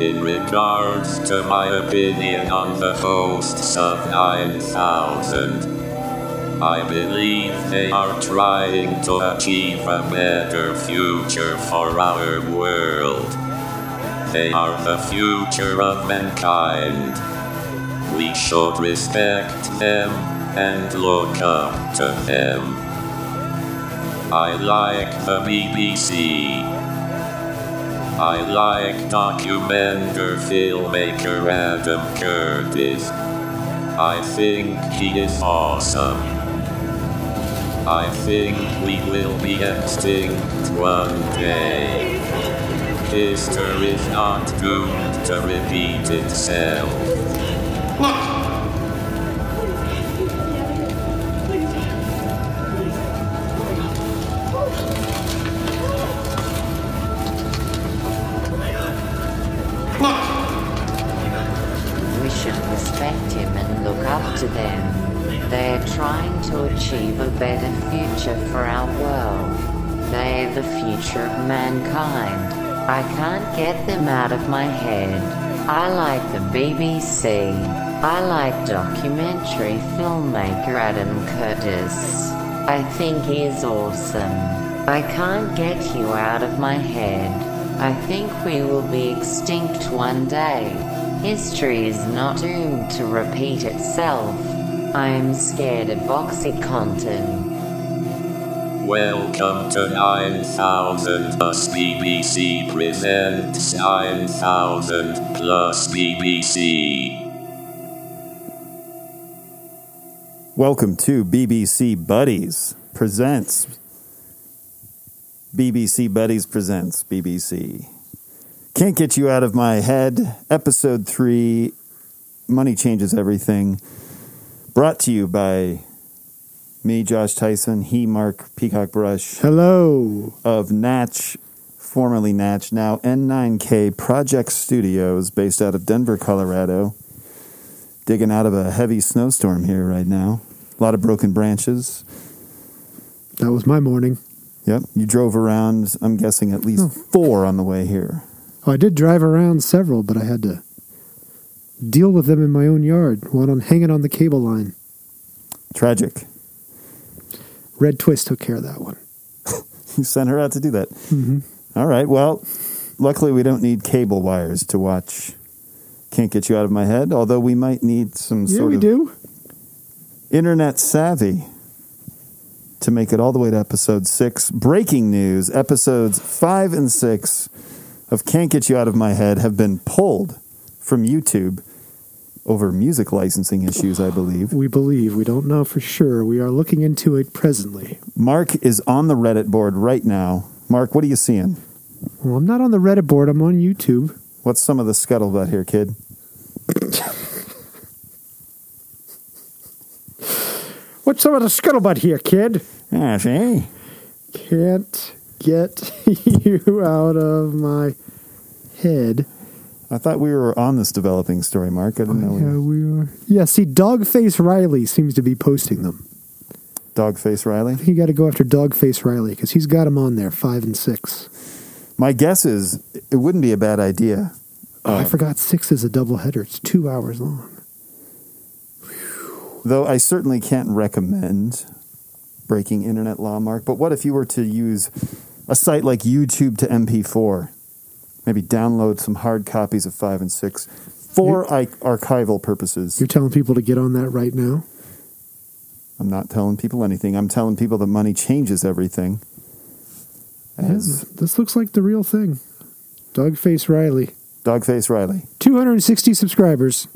In regards to my opinion on the hosts of 9000, I believe they are trying to achieve a better future for our world. They are the future of mankind. We should respect them and look up to them. I like the BBC. I like documenter filmmaker Adam Curtis. I think he is awesome. I think we will be extinct one day. History is not doomed to repeat itself. Look, We should respect him and look up to them. They're trying to achieve a better future for our world. They're the future of mankind. I can't get them out of my head. I like the BBC. I like documentary filmmaker Adam Curtis. I think he is awesome. I can't get you out of my head. I think we will be extinct one day. History is not doomed to repeat itself. I am scared of Oxycontin. Welcome to 9000 plus BBC presents 9000 plus BBC. Welcome to BBC Buddies Presents. BBC Buddies Presents BBC. Can't Get You Out of My Head, Episode 3 Money Changes Everything. Brought to you by me, Josh Tyson, he, Mark Peacock Brush Hello. of Natch, formerly Natch, now N9K Project Studios, based out of Denver, Colorado. Digging out of a heavy snowstorm here right now. A lot of broken branches. That was my morning. Yep. You drove around, I'm guessing, at least Hmm. four on the way here. Oh, I did drive around several, but I had to deal with them in my own yard. One on hanging on the cable line. Tragic. Red Twist took care of that one. You sent her out to do that. Mm-hmm. All right. Well, luckily we don't need cable wires to watch. Can't get you out of my head. Although we might need some Yeah, sort we of do. internet savvy to make it all the way to episode six. Breaking news: episodes five and six of Can't Get You Out of My Head have been pulled from YouTube over music licensing issues, I believe. We believe. We don't know for sure. We are looking into it presently. Mark is on the Reddit board right now. Mark, what are you seeing? Well, I'm not on the Reddit board. I'm on YouTube. What's some of the scuttlebutt here, kid? What's some of the scuttlebutt here, kid? Ah, see? Can't get you out of my head. I thought we were on this developing story, Mark. I didn't know. we- Yeah, we are. Yeah, see, Dogface Riley seems to be posting them. Dogface Riley. You got to go after Dogface Riley because he's got him on there, five and six. My guess is it wouldn't be a bad idea. Oh, I forgot six is a doubleheader. It's two hours long. Though I certainly can't recommend breaking internet law, Mark. But what if you were to use a site like YouTube to MP4? Maybe download some hard copies of 5 and 6 for I- archival purposes. You're telling people to get on that right now? I'm not telling people anything. I'm telling people that money changes everything. As Yeah, this looks like the real thing. Dogface Riley, Dogface Riley. 260 subscribers,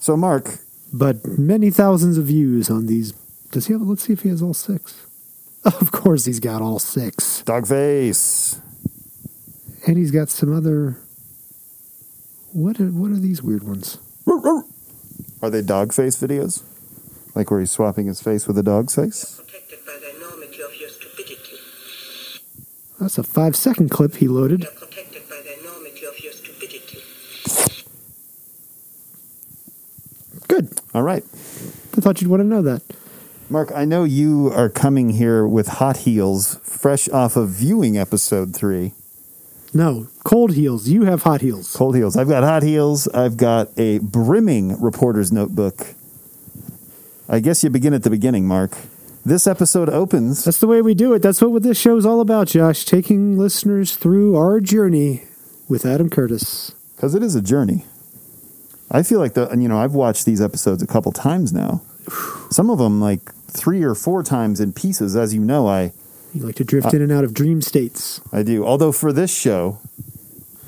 So, Mark, but many thousands of views on these. Does he have? Let's see if he has all six. Of course, he's got all six, Dogface. and he's got some other. What are, what are these weird ones? Are they dog face videos? Like where he's swapping his face with a dog's face? protected by the enormity of your stupidity. That's a five second clip he loaded. You are protected by the enormity of your stupidity. Good. All right. I thought you'd want to know that. Mark, I know you are coming here with hot heels fresh off of viewing episode three. No, cold heels. You have hot heels. Cold heels. I've got hot heels. I've got a brimming reporter's notebook. I guess you begin at the beginning, Mark. This episode opens. That's the way we do it. That's what this show's all about, Josh. Taking listeners through our journey with Adam Curtis. because it is a journey. I feel like the and, you know I've watched these episodes a couple times now. Some of them like three or four times in pieces, as you know I You like to drift Uh, in and out of dream states. I do. Although for this show,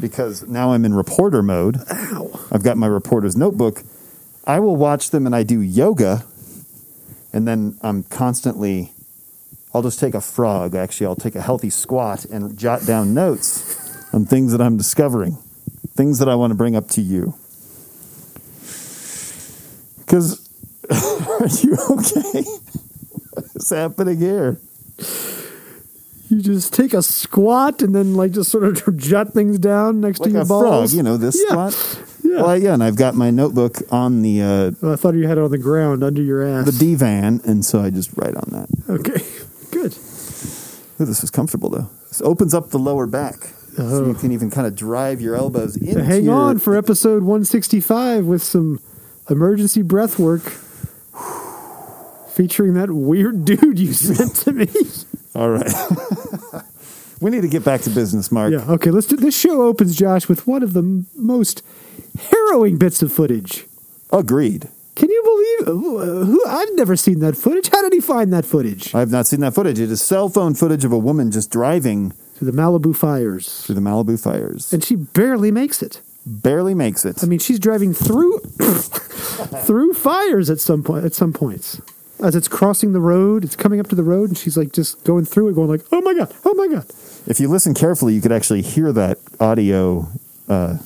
because now I'm in reporter mode, I've got my reporter's notebook. I will watch them and I do yoga, and then I'm constantly. I'll just take a frog. Actually, I'll take a healthy squat and jot down notes on things that I'm discovering, things that I want to bring up to you. Because, are you okay? what is happening here? You just take a squat and then like just sort of jot things down next like to your a balls. frog, you know, this Yeah. squat. Yeah. Well, yeah, and I've got my notebook on the uh, Oh, I thought you had it on the ground under your ass. the divan, and so I just write on that. okay, good. Ooh, this is comfortable though. This opens up the lower back, so you can even kind of drive your elbows So into. Oh. hang your- on for episode 165 with some emergency breath work featuring that weird dude you sent to me. All right. we need to get back to business, Mark. yeah, okay, let's do this show opens Josh with one of the m- most harrowing bits of footage. Agreed. Can you believe who- uh, who I've never seen that footage. How did he find that footage? I have not seen that footage. It is cell phone footage of a woman just driving To the Malibu fires. through the Malibu fires. And she barely makes it. barely makes it. I mean, she's driving through through fires at some point. At some points, as it's crossing the road, it's coming up to the road, and she's like just going through it, going like, "Oh my god, oh my god!" If you listen carefully, you could actually hear that audio uh,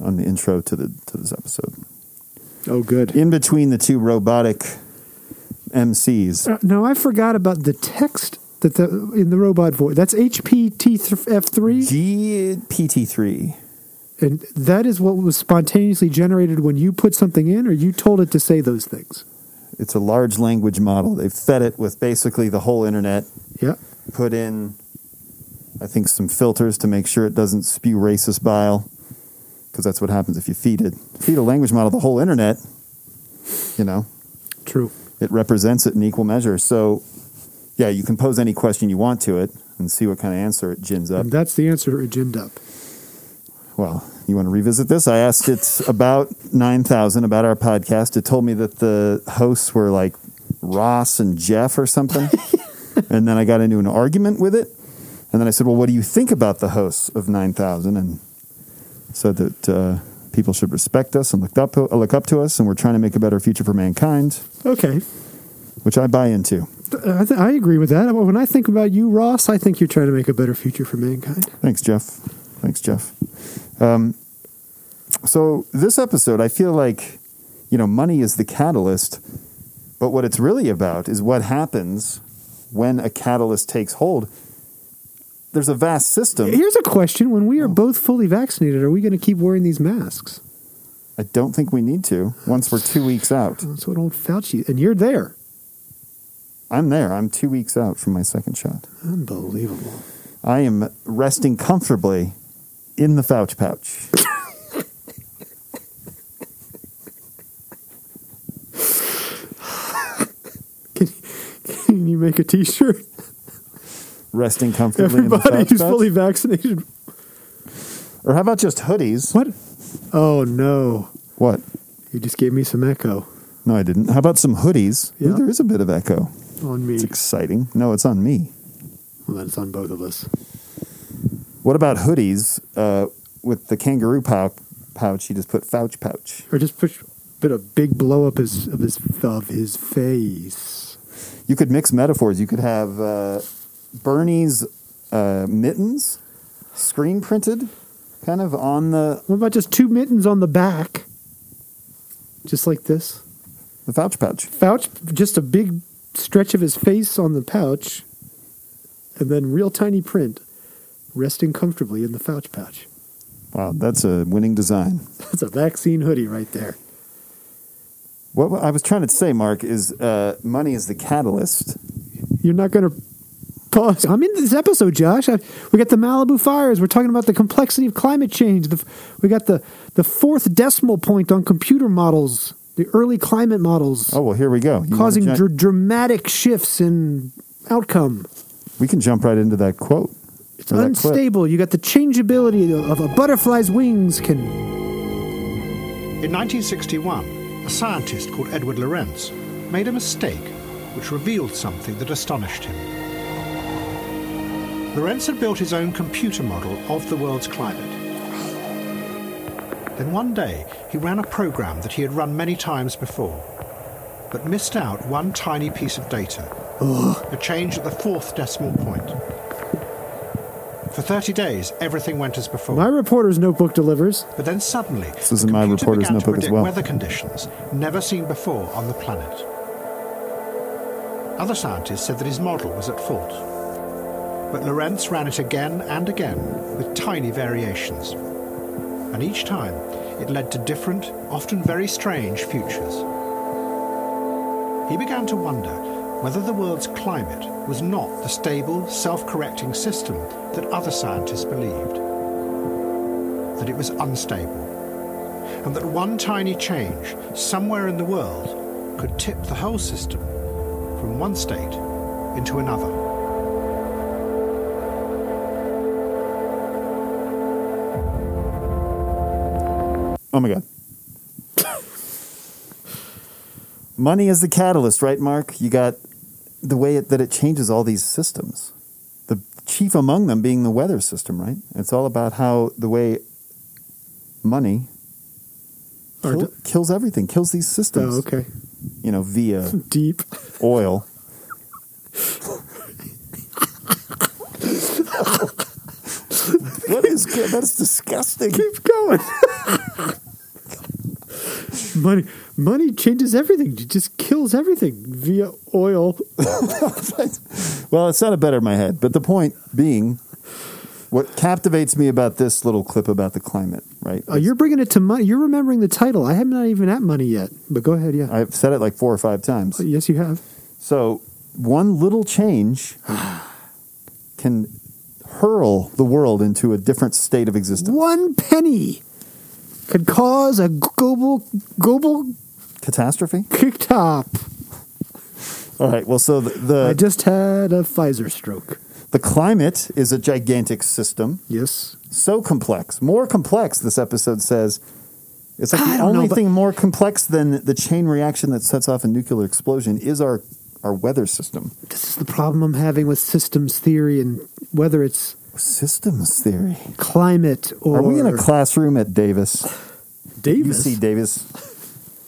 on the intro to the to this episode. Oh, good. in between the two robotic MCs. Uh, now I forgot about the text that the in the robot voice. That's HPTF three, GPT three. and that is what was spontaneously generated when you put something in, or you told it to say those things. It's a large language model. They fed it with basically the whole internet. Yeah. Put in, I think, some filters to make sure it doesn't spew racist bile, because that's what happens if you feed it. Feed a language model the whole internet. You know, True. it represents it in equal measure. So, yeah, you can pose any question you want to it and see what kind of answer it gins up. And that's the answer. It ginned up. Well, you want to revisit this? I asked it about 9,000 about our podcast. It told me that the hosts were like Ross and Jeff or something. and then I got into an argument with it. And then I said, Well, what do you think about the hosts of 9,000? And said that uh, people should respect us and look up, uh, look up to us. And we're trying to make a better future for mankind, Okay. which I buy into. I, th- I agree with that. When I think about you, Ross, I think you're trying to make a better future for mankind. Thanks, Jeff. Thanks, Jeff. Um, so this episode, I feel like, you know, money is the catalyst, but what it's really about is what happens when a catalyst takes hold. There's a vast system. Here's a question: When we are Oh. both fully vaccinated, are we going to keep wearing these masks? I don't think we need to once we're two weeks out. Oh, That's what old Fauci. And you're there. I'm there. I'm two weeks out from my second shot. Unbelievable. I am resting comfortably in the Fouch pouch. Can you make a T-shirt? Resting comfortably in the Everybody Fouch who's pouch. fully vaccinated. or how about just hoodies? What? Oh no! What? You just gave me some echo No, I didn't. How about some hoodies? Ooh, Yeah. there is a bit of echo. on me. It's exciting. No, it's on me. Well, that's on both of us. What about hoodies uh, with the kangaroo pouch? Pouch. You just put pouch pouch. Or just push. Bit a big blow up his of his of his face. You could mix metaphors. You could have uh, Bernie's uh, mittens, screen printed, kind of on the What about just two mittens on the back? Just like this. the pouch pouch. Fouch, just a big stretch of his face on the pouch, and then real tiny print resting comfortably in the Fouch pouch. Wow, that's a winning design. That's a vaccine hoodie right there. What I was trying to say, Mark, is uh, money is the catalyst. You're not going to pause. I'm in this episode, Josh. I, we got the Malibu fires. We're talking about the complexity of climate change. The, we got the the fourth decimal point on computer models, the early climate models, Oh well, here we go. You wanna causing ju- dr- dramatic shifts in outcome. we can jump right into that quote. It's or that clip. unstable. You got the changeability of a butterfly's wings can. In 1961, a scientist called Edward Lorenz made a mistake which revealed something that astonished him. Lorenz had built his own computer model of the world's climate. Then one day, he ran a program that he had run many times before, but missed out one tiny piece of data a change at the fourth decimal point. For 30 days, everything went as Oh. before. My reporter's notebook delivers. But then suddenly, This is in my computer reporter's began to notebook as predict well. weather conditions never seen before on the planet. Other scientists said that his model was at fault. But Lorentz ran it again and again with tiny variations. And each time, it led to different, often very strange futures. He began to wonder whether the world's climate was not the stable, self correcting system that other scientists believed that it was unstable, and that one tiny change somewhere in the world could tip the whole system from one state into another. Oh my god. Money is the catalyst, right, Mark? You got the way it, that it changes all these systems. The chief among them being the weather system, right? It's all about how the way money Or kill- d- kills everything, kills these systems. Oh, okay. You know, via Deep. oil. what is that's disgusting. Keep going. money, money changes everything. It just kills everything via oil. Well, it sounded better in my head, but the point being, what captivates me about this little clip about the climate, right? Oh, you're bringing it to money. You're remembering the title. I am not even at money yet. But go ahead. Yeah. I've said it like four or five times. yes, you have. So one little change can hurl the world into a different state of existence. One penny could cause a global global Catastrophe. kicktop. All right. Well, so the I the, just had a Pfizer stroke. the climate is a gigantic system, Yes. so complex, more complex. This episode says. It's like I the don't know, only but- thing more complex than the chain reaction that sets off a nuclear explosion is our our weather system. This is the problem I'm having with systems theory and whether it's Systems theory. climate or Are we in a classroom at Davis? Davis. UC Davis.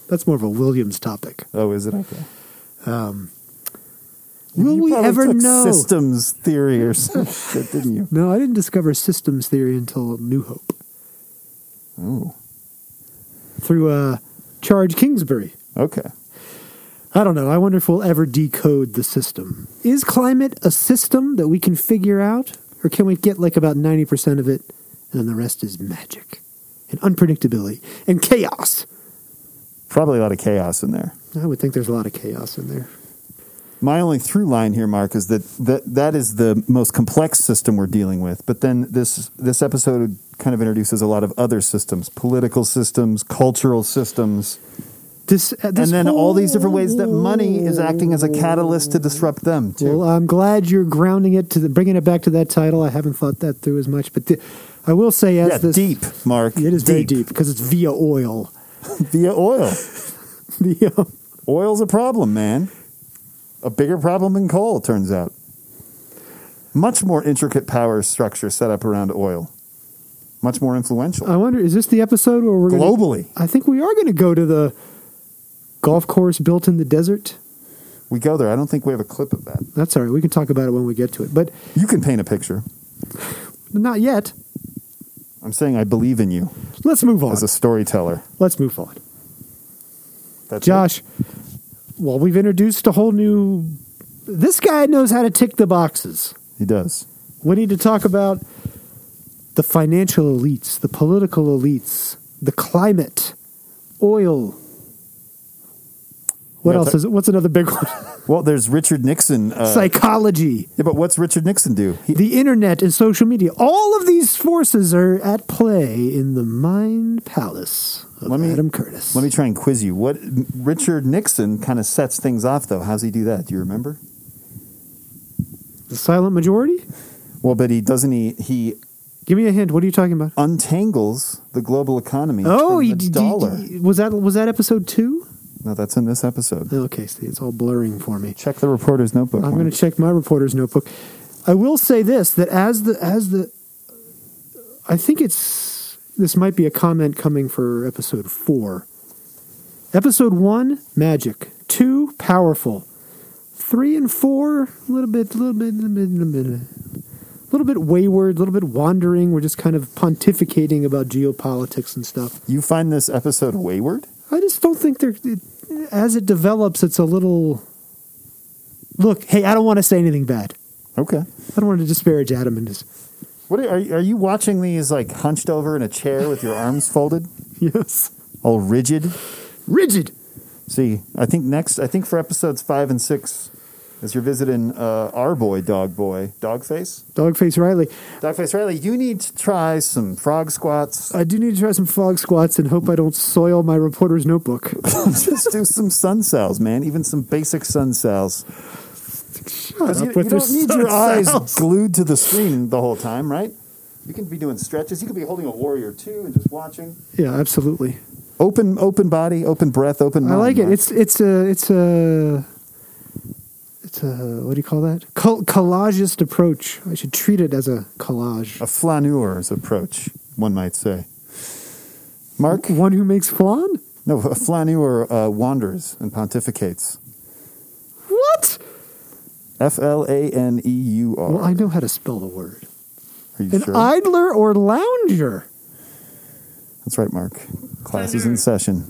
That's more of a Williams topic. Oh, is it okay? Will You we probably ever took know? systems theory or some shit, didn't you? No, I didn't discover systems theory until New Hope Oh, through uh, Charge Kingsbury. okay. I don't know. I wonder if we'll ever decode the system. Is climate a system that we can figure out, or can we get like about ninety percent of it, and then the rest is magic and unpredictability and chaos? Probably a lot of chaos in there. I would think there's a lot of chaos in there. My only through line here, Mark, is that, that that is the most complex system we're dealing with. But then this this episode kind of introduces a lot of other systems, political systems, cultural systems, This, uh, this and then all these different ways that money is acting as a catalyst to disrupt them too. Well, I'm glad you're grounding it to the, bringing it back to that title. I haven't thought that through as much, but the, I will say as yeah, this deep, Mark. It is very deep because it's via oil. via oil. The, uh, Oil's a problem, man. A bigger problem than coal, it turns out. Much more intricate power structure set up around oil. Much more influential. I wonder, is this the episode where Uh, we're Gonna, Globally, I think we are going to go to the golf course built in the desert. we go there. I don't think we have a clip of that. That's all right. We can talk about it when we get to it, but You can paint a picture. not yet. I'm saying I believe in you Let's move on. as a storyteller. Let's move on. That's it. Josh, well, we've introduced a whole new. This guy knows how to tick the boxes. He does. We need to talk about the financial elites, the political elites, the climate, oil. What Yeah, else so- is? What's another big one? Well, there's Richard Nixon. Uh, Psychology, yeah, but what's Richard Nixon do? He, the internet, and social media. All of these forces are at play in the mind palace of Let me- Adam Curtis. let me try and quiz you. What Richard Nixon kind of sets things off though? How's he do that? Do you remember? the silent majority. Well, but he doesn't. He he Give me a hint. What are you talking about? untangles the global economy. Oh, from you, the d- d- dollar. d- was that was that episode two? no, that's in this episode. Okay, see, it's all blurring for me. Check the reporter's notebook. I'm going to Juan. check my reporter's notebook. I will say this: that as the as the, I think it's this might be a comment coming for episode four. Episode one, magic. Two, powerful. Three and four, a little bit, a little bit, a little bit, a little bit wayward, a little bit wandering. We're just kind of pontificating about geopolitics and stuff. You find this episode wayward? I just don't think they're. It, as it develops, it's a little. Look, hey, I don't want to say anything bad. Okay. I don't want to disparage Adam and his. What are, are you- are you watching these like hunched over in a chair with your arms folded, Yes. all rigid? Rigid. See, I think next, I think for episodes five and six, as you're visiting uh, our boy, Dog Boy, Dogface, Dogface Riley. Dogface Riley, you need to try some frog squats. I do need to try some frog squats and hope I don't soil my reporter's notebook. Just do some sun cells, man. Even some basic sun cells. Because you, up with you your don't need sun your eyes cells. glued to the screen the whole time, right? You can be doing stretches. You can be holding a warrior too and just watching. yeah, absolutely. Open, open body, open breath, open. I Mind, like it. right? It's it's a it's a it's a what do you call that? Col- collagist approach. I should treat it as a collage. a flaneur's approach, one might say. Mark, One who makes flan? no, a flaneur uh, wanders and pontificates. What? F L A N E U R. Well, I know how to spell the word. Are you An sure? idler or lounger? That's right, Mark. Class is in session.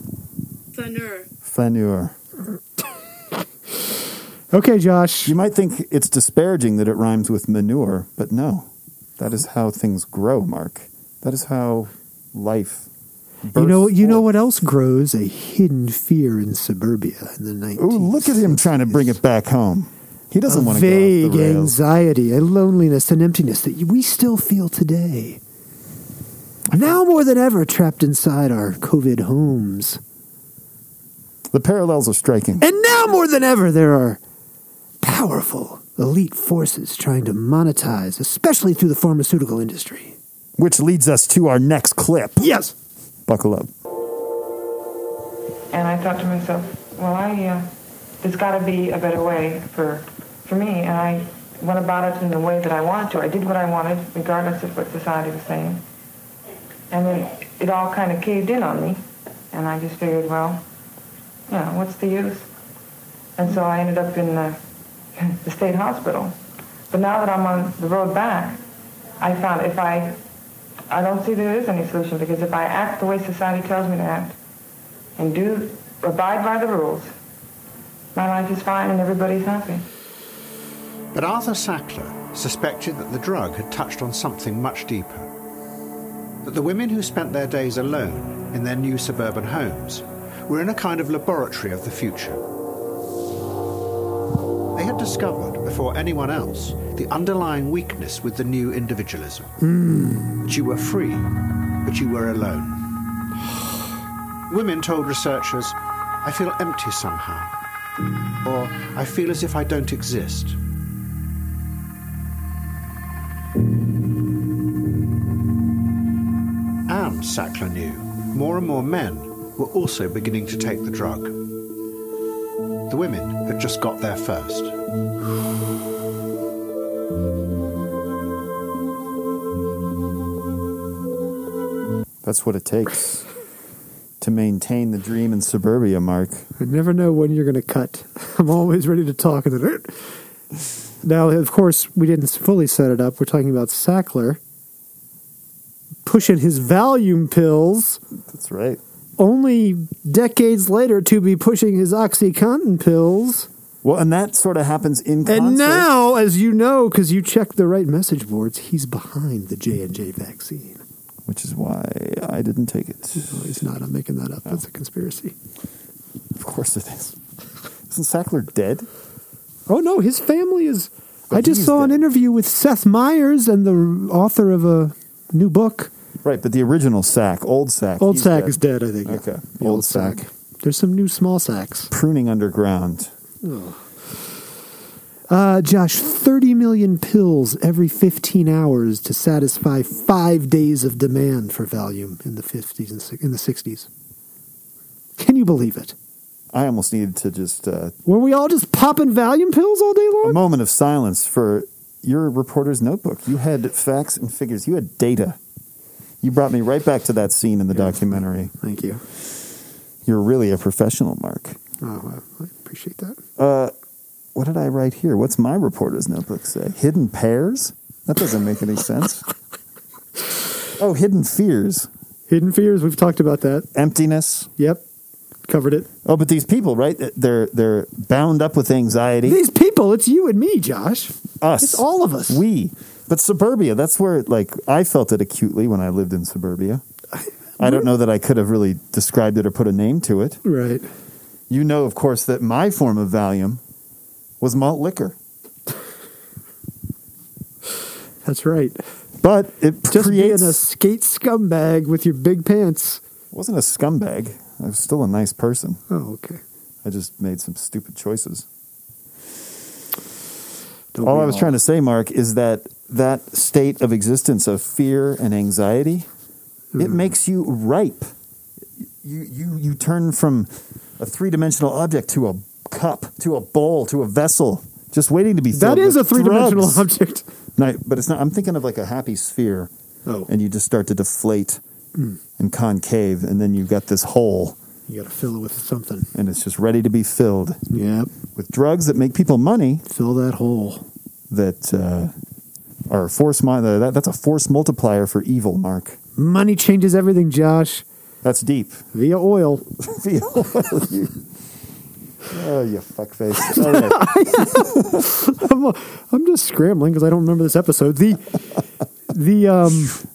Flaneur. Flaneur. Okay, Josh. You might think it's disparaging that it rhymes with manure, but no. That is how things grow, Mark. That is how life. You bursts know, you know forth. what else grows? A hidden fear in suburbia in the night. Ooh, look at him trying to bring it back home. He doesn't want to go vague off the rails. anxiety, a loneliness, and emptiness that we still feel today. Now more than ever, trapped inside our COVID homes, The parallels are striking. and now more than ever, there are powerful elite forces trying to monetize, especially through the pharmaceutical industry. Which leads us to our next clip. Yes. Buckle up. And I thought to myself, well, I uh, there's got to be a better way for for me. And I went about it in the way that I wanted to. I did what I wanted, regardless of what society was saying. And then it all kind of caved in on me. And I just figured, well, you know, what's the use? And so I ended up in the, the state hospital. But now that I'm on the road back, I found if I I don't see there is any solution because if I act the way society tells me to act, and do abide by the rules, my life is fine and everybody's happy. But Arthur Sackler suspected that the drug had touched on something much deeper. That the women who spent their days alone in their new suburban homes were in a kind of laboratory of the future. They had discovered, before anyone else, the underlying weakness with the new individualism. That you were free, but you were alone. Women told researchers, I feel empty somehow, or I feel as if I don't exist. and Sackler knew, more and more men were also beginning to take the drug. The women had just got there first. That's what it takes to maintain the dream in suburbia, Mark. I never know when you're going to cut. I'm always ready to talk. And then, now, of course, we didn't fully set it up. We're talking about Sackler pushing his Valium pills That's right. only decades later to be pushing his OxyContin pills. Well, and that sort of happens in concert. And now, as you know, because you checked the right message boards, he's behind the J&J vaccine. which is why I didn't take it. No, he's not. I'm making that up. That's a conspiracy. Of course it is. Hudson Sackler dead? Oh no, his family is. But I just he's saw an dead. interview with Seth Meyers and the author of a new book. Right, but the original Sack, old Sack. Old he's Sack is dead, I think. Okay. The Old old sack. Sack. There's some new small sacks. Pruning underground. Uh, Josh, 30 million pills every 15 hours to satisfy five days of demand for Valium in the 50s and si- in the 60s. Can you believe it? I almost needed to just uh, Were we all just popping Valium pills all day a long? moment of silence for your reporter's notebook. You had facts and figures. You had data. You brought me right back to that scene in the documentary. Thank you. You're really a professional, Mark. Oh, well, I appreciate that. Uh, what did I write here? What's my reporter's notebook say? Hidden pairs? That doesn't make any sense. Oh, hidden fears, Hidden fears, we've talked about that. emptiness. Yep. Covered it. Oh, but these people, right? They're they're bound up with anxiety. These people, it's you and me, Josh. Us, It's all of us. we. But suburbia, that's where like I felt it acutely when I lived in suburbia. I Mm-hmm. don't know that I could have really described it or put a name to it. Right. You know, of course, that my form of Valium was malt liquor, That's right. but it Just creates being a skate scumbag with your big pants. wasn't a scumbag. I was still a nice person. Oh, okay. I just made some stupid choices. Don't all we I was trying to say, Mark, is that that state of existence of fear and anxiety, it Mm-hmm. makes you ripe. You you you turn from a three dimensional object to a cup, to a bowl, to a vessel, just waiting to be filled. That is a with three dimensional drugs. object. No, but it's not. I'm thinking of like a happy sphere, Oh, hmm. and you just start to deflate and concave, and then you've got this hole, you got to fill it with something. and it's just ready to be filled Yep. with drugs that make people money. Fill that hole. that uh, are force mi- uh, that, that's a force multiplier for evil mark Money changes everything, Josh. that's deep Via oil. Feel- you, oh you fuckface Oh, All right. I'm, I'm just scrambling because I don't remember this episode. The the um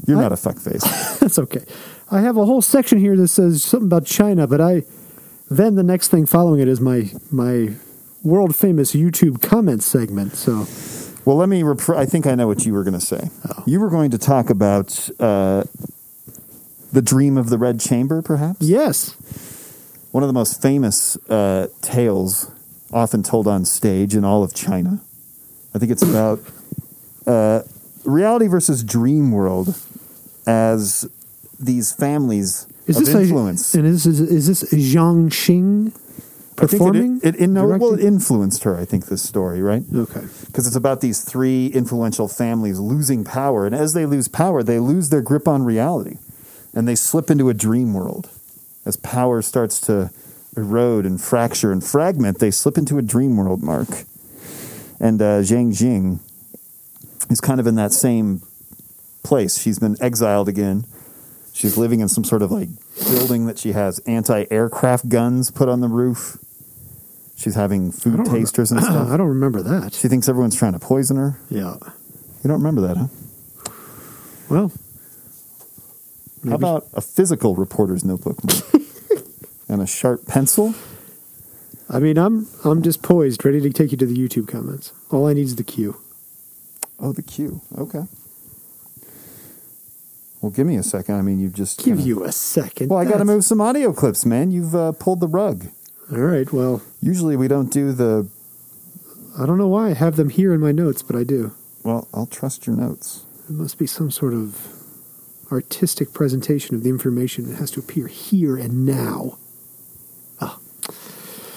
you're not a fuckface that's okay. I have a whole section here that says something about China, but I then the next thing following it is my my world famous YouTube comment segment. So well let me repr- i think i know what you were going to say Oh. you were going to talk about uh, the dream of the red chamber perhaps yes, one of the most famous uh, tales often told on stage in all of China. I think it's about uh, reality versus dream world as these families is of this influence. A, and is, is is this Zhang Xing I think performing? It, it, it, no, well, it Directing? influenced her, I think, this story, right? okay. Because it's about these three influential families losing power. And as they lose power, they lose their grip on reality and they slip into a dream world. As power starts to erode and fracture and fragment, they slip into a dream world, Mark. And uh, Zhang Jing is kind of in that same place. She's been exiled again. She's living in some sort of like building that she has anti aircraft guns put on the roof. She's having I food don't remember- tasters and stuff. I don't remember that. She thinks everyone's trying to poison her. Yeah. You don't remember that, huh? Well, How maybe- about a physical reporter's notebook Mark? and a sharp pencil? I mean, I'm I'm just poised, ready to take you to the YouTube comments. All I need is the cue. Oh, the Q. Okay. Well, give me a second. I mean, you've just Give kinda- you a second. Well, I got to That's- move some audio clips, man. You've uh, pulled the rug. All right. Well, Usually, we don't do the. I don't know why I have them here in my notes, but I do. Well, I'll trust your notes. It must be some sort of artistic presentation of the information that has to appear here and now.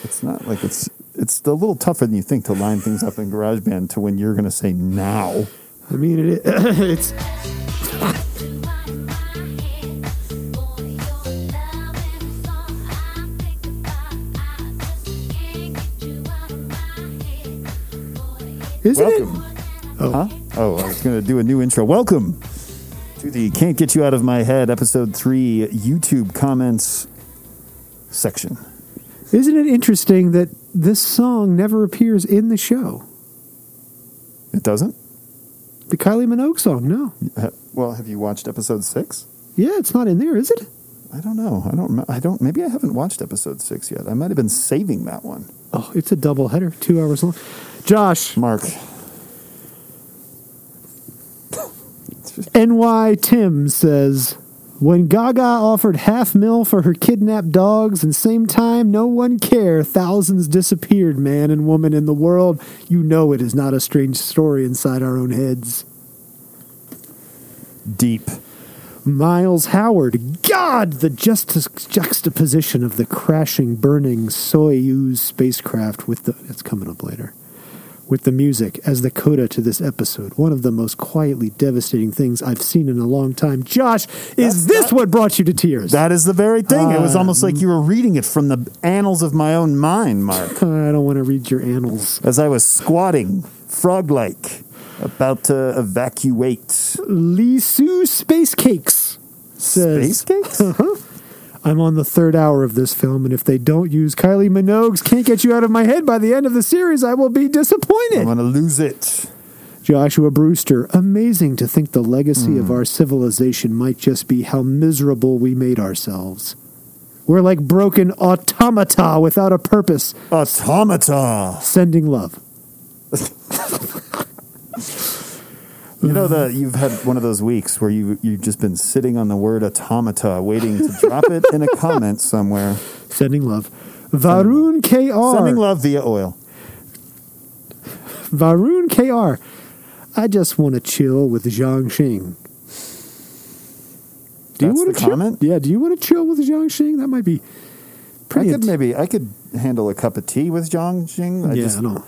It's not like it's. It's a little tougher than you think to line things up in GarageBand to when you're going to say now. I mean, it, it's isn't Welcome. Huh? Oh, I was going to do a new intro. Welcome to the Can't Get You Out of My Head episode 3 YouTube comments section. it isn't it interesting that this song never appears in the show? It doesn't? The Kylie Minogue song, no. Uh, Well, have you watched episode 6? Yeah, it's not in there, is it? I don't know. I don't. remem- I don't. Maybe I haven't watched episode six yet. I might have been saving that one. Oh, it's a double header, two hours long. Josh, Mark, NY Tim says, when Gaga offered half mil for her kidnapped dogs and same time no one care, thousands disappeared, man and woman in the world. You know it is not a strange story inside our own heads. deep. Miles Howard. God, the justice juxtaposition of the crashing, burning Soyuz spacecraft with the. That's coming up later. With the music as the coda to this episode. One of the most quietly devastating things I've seen in a long time. Josh, is this what brought you to tears? That is the very thing. it Uh, was almost like you were reading it from the annals of my own mind, Mark. Uh, I don't want to read your annals. As I was squatting, frog like, about to evacuate. Lisu Space Cakes says. Space cakes? I'm on the third hour of this film, and if they don't use Kylie Minogue's Can't Get You Out of My Head by the end of the series, I will be disappointed. I'm going to lose it. Joshua Brewster, amazing to think the legacy Hmm. of our civilization might just be how miserable we made ourselves. We're like broken automata without a purpose, Automata. sending love. You know that Mm-hmm. you've had one of those weeks where you you've just been sitting on the word automata, waiting to drop it in a comment somewhere. Sending love. Varun Sending KR. love via oil. Varun KR. I just want to chill with Zhang Xing. Do you That's want the to chill? comment? Yeah, do you want to chill with Zhang Xing? That might be I pretty. could maybe I could handle a cup of tea with Zhang Jing. I yeah, just, no.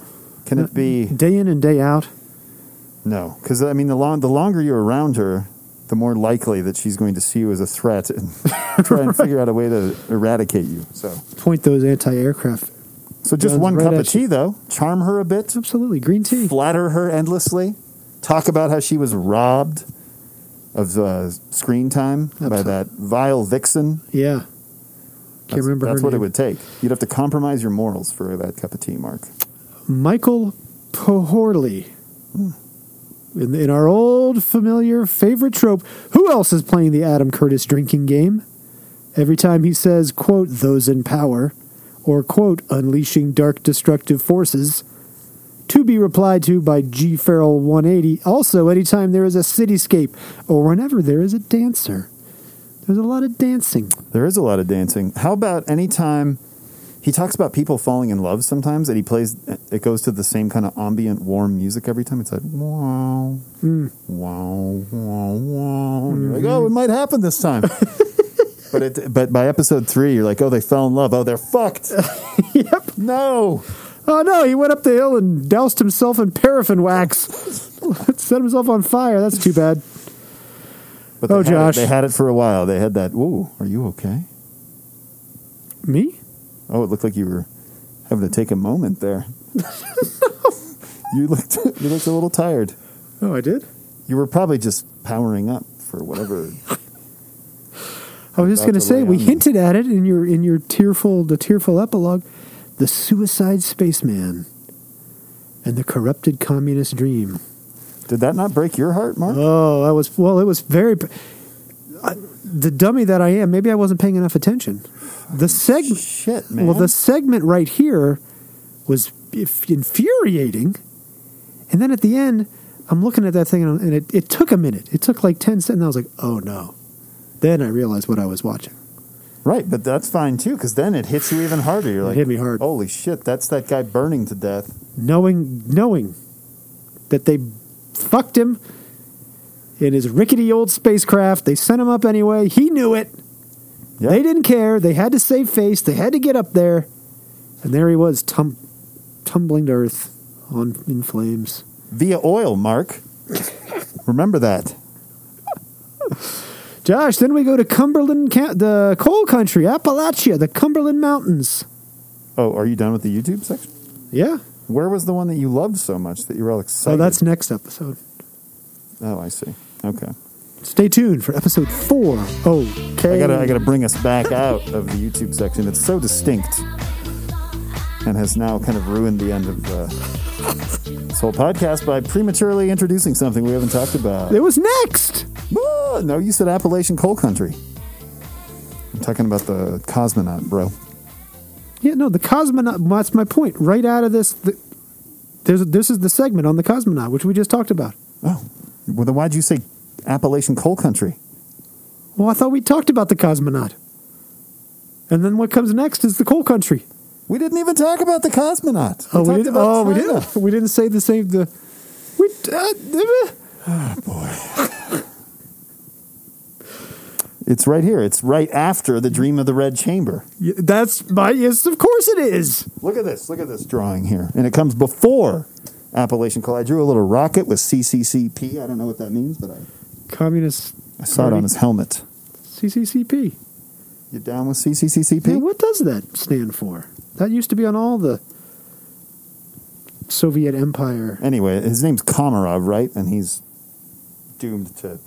Can it be Day in and day out. no? Because I mean, the long the longer you're around her, the more likely that she's going to see you as a threat and try and figure out a way to eradicate you. So, Point those anti-aircraft. so just Guns one right cup at of tea, though. Charm her a bit, Absolutely, green tea. flatter her endlessly, talk about how she was robbed of uh, screen time by Absolutely. that vile vixen. Yeah. Can't That's- remember That's her what name. it would take. You'd have to compromise your morals for that cup of tea, Mark. Michael Pohorley. In, in our old familiar favorite trope, who else is playing the Adam Curtis drinking game? Every time he says, quote, those in power, or quote, unleashing dark destructive forces, to be replied to by G. Farrell 180. Also, anytime there is a cityscape, or whenever there is a dancer. There's a lot of dancing. There is a lot of dancing. How about any time he talks about people falling in love sometimes and he plays it goes to the same kind of ambient warm music every time. It's like wow. Hmm. Wow, wow, wow. And You're Mm-hmm. like, "Oh, it might happen this time." but it but by episode 3, you're like, "Oh, they fell in love. Oh, they're fucked." yep. no. Oh no, he went up the hill and doused himself in paraffin wax. Set himself on fire. That's too bad. But they Oh, had it- Josh. they had it for a while. They had that, "Whoa, are you okay?" Me? Oh, it looked like you were having to take a moment there. you looked you looked a little tired. Oh, I did. You were probably just powering up for whatever. I was just About going to to say lay we on me. hinted at it in your in your tearful the tearful epilogue, the suicide spaceman, and the corrupted communist dream. Did that not break your heart, Mark? Oh, that was well. It was very. I, the dummy that I am, maybe I wasn't paying enough attention. The segment. Shit, man. Well, the segment right here was if- infuriating. And then at the end, I'm looking at that thing and, I'm- and it, it took a minute. It took like 10 seconds. And I was like, oh no. Then I realized what I was watching. right, but that's fine too, because then it hits you even harder. You're It like, oh. hit me hard. Holy shit, that's that guy burning to death. Knowing, knowing that they fucked him in his rickety old spacecraft, they sent him up anyway. He knew it. Yeah. They didn't care. They had to save face. They had to get up there. And there he was, tum- tumbling to earth on, in flames. Via oil, Mark. Remember that. Josh, then we go to Cumberland, ca- the coal country, Appalachia, the Cumberland Mountains. Oh, are you done with the YouTube section? Yeah. Where was the one that you loved so much that you were all excited? So Oh, that's next episode. Oh, I see. Okay. Stay tuned for episode four. Okay. I gotta, I gotta bring us back out of the YouTube section. It's so distinct, and has now kind of ruined the end of uh, this whole podcast by prematurely introducing something we haven't talked about. It was next. Ah, no, you said Appalachian coal country. I'm talking about the cosmonaut, bro. Yeah, no, the cosmonaut. That's my point. Right out of this, the, there's this is the segment on the cosmonaut, which we just talked about. Oh, well, then why'd you say Appalachian coal country? Well, I thought we talked about the cosmonaut. And then what comes next is the coal country. We didn't even talk about the cosmonaut. oh, we talked didn't. about Oh, we China. didn't. We didn't say the same. The we. Uh, It's right here. It's right after the Dream of the Red Chamber. yeah, that's my. Yes, of course it is. Look at this. Look at this drawing here. And it comes before Appalachian coal. I drew a little rocket with CCCP. I don't know what that means, but I, Communist I saw it on his helmet. CCCP. You down with Yeah, CCCP? what does that stand for? That used to be on all the Soviet Empire. Anyway, his name's Komarov, right? And he's doomed to.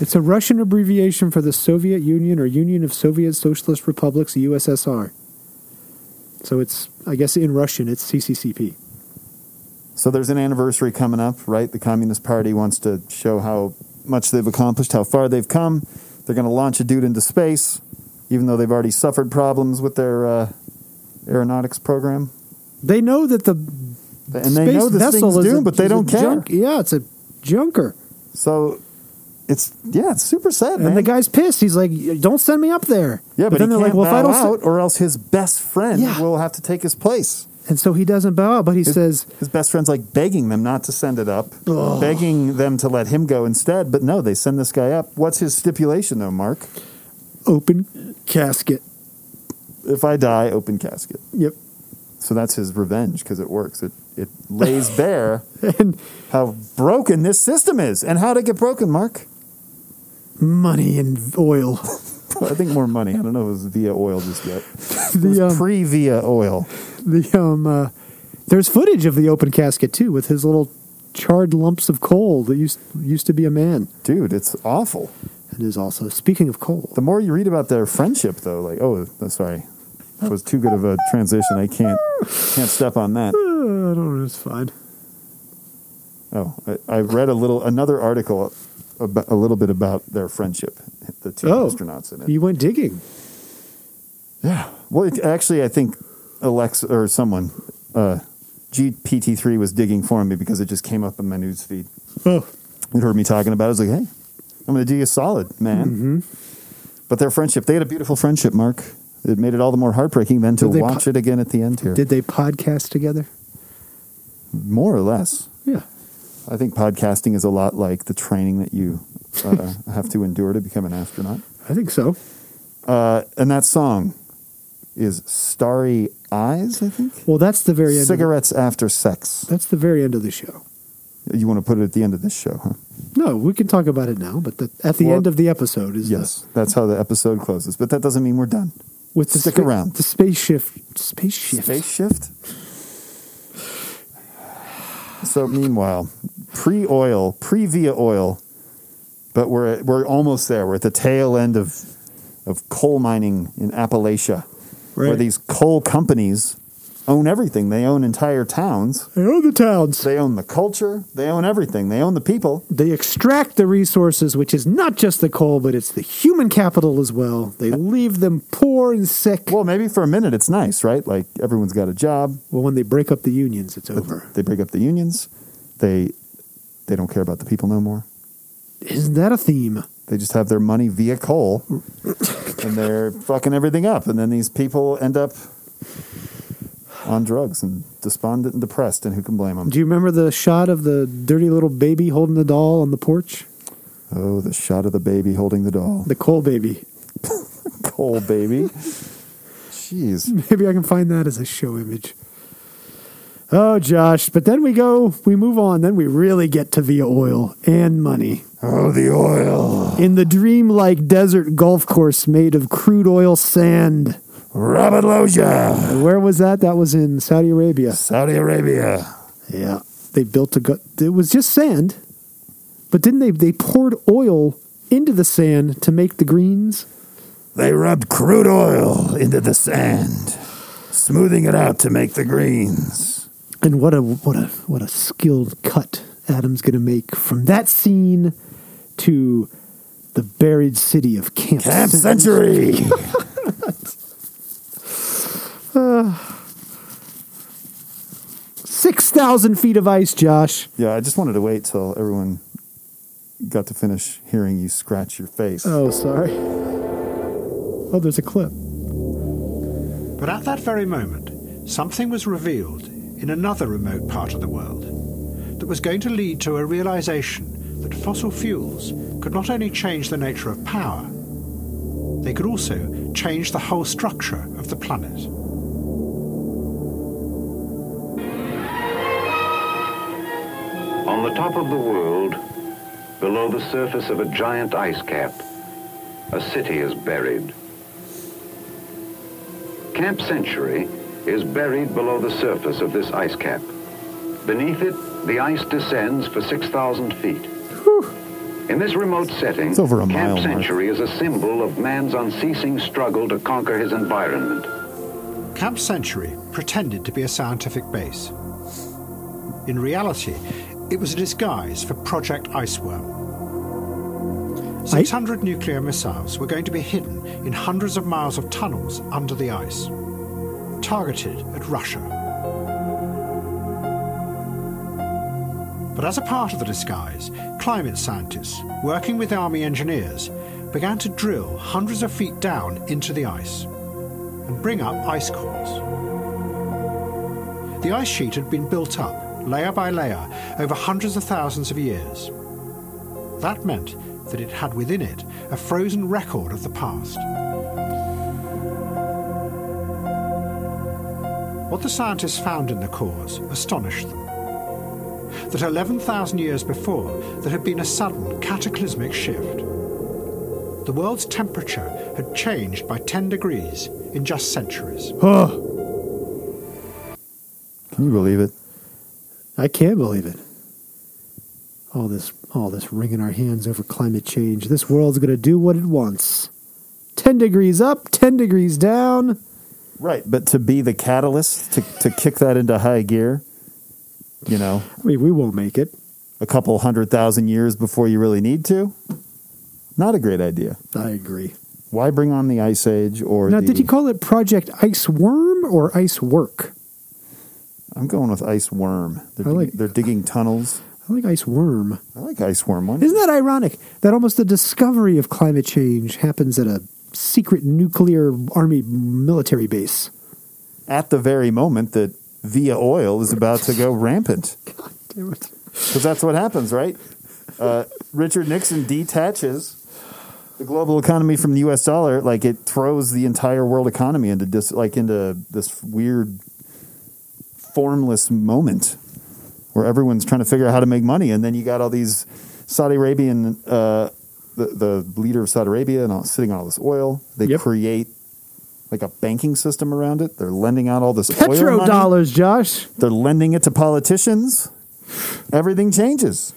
It's a Russian abbreviation for the Soviet Union or Union of Soviet Socialist Republics, USSR. So it's, I guess, in Russian, it's CCCP. So there's an anniversary coming up, right? The Communist Party wants to show how much they've accomplished, how far they've come. They're going to launch a dude into space, even though they've already suffered problems with their uh, aeronautics program. They know that the And space they know this vessel thing's is a- doomed, but they is a don't care. junk- yeah, it's a junker, So it's yeah, it's super sad, man. and the guy's pissed. He's like, "Don't send me up there." yeah, but, then he they're can't like, "Well, if I bow don't," out, or else his best friend Yeah. will have to take his place. se-" and so he doesn't bow out, but he His- says, his best friend's like begging them not to send it up, begging them to let him go instead. But no, they send this guy up. What's his stipulation though, Mark? "Open casket." If I die, open casket. Yep, So that's his revenge because it works. It it lays bare and how broken this system is and how to get broken, Mark. money and oil. I think more money. I don't know if it was via oil just yet. It was the um, pre via oil. the um uh, there's footage of the open casket too with his little charred lumps of coal that used used to be a man Dude, it's awful. and is also speaking of coal The more you read about their friendship, though, like oh, th- sorry, that was too good of a transition. I can't can't step on that. Uh, I don't know it's fine Oh, I, I read a little another article, about, a little bit about their friendship, the two Oh. astronauts in it. you went digging Yeah. Well, it, actually, I think Alexa or someone, uh, GPT-3 was digging for me because it just came up in my news feed. oh It heard me talking about it. I was like, hey, I'm going to do you a solid, man. Mm-hmm. But their friendship, they had a beautiful friendship, Mark. It made it all the more heartbreaking then to Did they watch po- it again at the end here. did they podcast together more or less. yeah I think podcasting is a lot like the training that you uh, have to endure to become an astronaut. I think so Uh, and that song is Starry Eyes, I think. well that's the very end of Cigarettes After Sex. the, that's the very end of the show You want to put it at the end of this show, huh? no we can talk about it now but the, at the Well, end of the episode is the- Yes. That's how the episode closes. But that doesn't mean we're done. with the Stick spa- around. the space shift space shift Space shift? So, meanwhile, pre oil, pre via oil, but we're, we're almost there. We're at the tail end of, of coal mining in Appalachia, where Right. these coal companies own everything. They own entire towns, they own oh, the towns they own the culture, they own everything, they own the people. they extract the resources, which is not just the coal, but it's the human capital as well. They leave them poor and sick. Well, Well, maybe for a minute it's nice, right? Like everyone's got a job. when they break up the unions, it's but over. They break up the unions. They they don't care about the people no more. Isn't that a theme? They just have their money via coal, and they're fucking everything up. And then these people end up on drugs and despondent and depressed. And who can blame them? Do you remember the shot of the dirty little baby holding the doll on the porch? Oh, the shot of the baby holding the doll. The coal baby. coal baby. Jeez. Maybe I can find that as a show image. Oh, Josh. But then we go, we move on. Then we really get to via oil and money. Oh, the oil. In the dreamlike desert golf course made of crude oil sand. Robert Loja, And where was that? That was in Saudi Arabia. Saudi Arabia. Yeah, they built a. Gu- it was just sand, but didn't they? They poured oil into the sand to make the greens. They rubbed crude oil into the sand, smoothing it out to make the greens. And what a what a what a skilled cut Adam's going to make from that scene to the buried city of Camp, Camp Century. Century. 6,000 feet of ice, Josh. Yeah, I just wanted to wait till everyone got to finish hearing you scratch your face. Oh, sorry. Oh, there's a clip. But at that very moment, something was revealed in another remote part of the world that was going to lead to a realization that fossil fuels could not only change the nature of power, they could also change the whole structure of the planet. On the top of the world, below the surface of a giant ice cap, a city is buried. Camp Century is buried below the surface of this ice cap. Beneath it, the ice descends for 6,000 feet. In this remote setting, It's over a mile, Camp Mark. Century is a symbol of man's unceasing struggle to conquer his environment. Camp Century pretended to be a scientific base. In reality, it was a disguise for Project Iceworm. 600 nuclear missiles were going to be hidden in hundreds of miles of tunnels under the ice, targeted at Russia. But as a part of the disguise, climate scientists, working with army engineers, began to drill hundreds of feet down into the ice and bring up ice cores. The ice sheet had been built up, layer by layer, over hundreds of thousands of years. That meant that it had within it a frozen record of the past. What the scientists found in the cores astonished them. That 11,000 years before, there had been a sudden cataclysmic shift. The world's temperature had changed by 10 degrees in just centuries. Oh, Can you believe it? I can't believe it. All this, all this wringing our hands over climate change. This world's going to do what it wants. 10 degrees up, 10 degrees down. Right, but to be the catalyst to, to kick that into high gear, you know, I mean, we won't make it. a couple hundred thousand years before you really need to, not a great idea. I agree. Why bring on the ice age or Now, the, did you call it Project Ice Worm or Ice Work? I'm going with ice worm. They're, I dig- like- they're digging tunnels. I like Ice Worm. I like ice worm one. Isn't that ironic that almost the discovery of climate change happens at a secret nuclear army military base? At the very moment that via oil is about to go rampant. God damn it. Because that's what happens, right? Uh, Richard Nixon detaches the global economy from the U.S. dollar, like it throws the entire world economy into dis- like into this weird, formless moment where everyone's trying to figure out how to make money, and then you got all these Saudi Arabian, uh, the the leader of Saudi Arabia, and all, sitting on all this oil. They Yep. create like a banking system around it. They're lending out all this oil money. Petrodollars, Josh. They're lending it to politicians. Everything changes.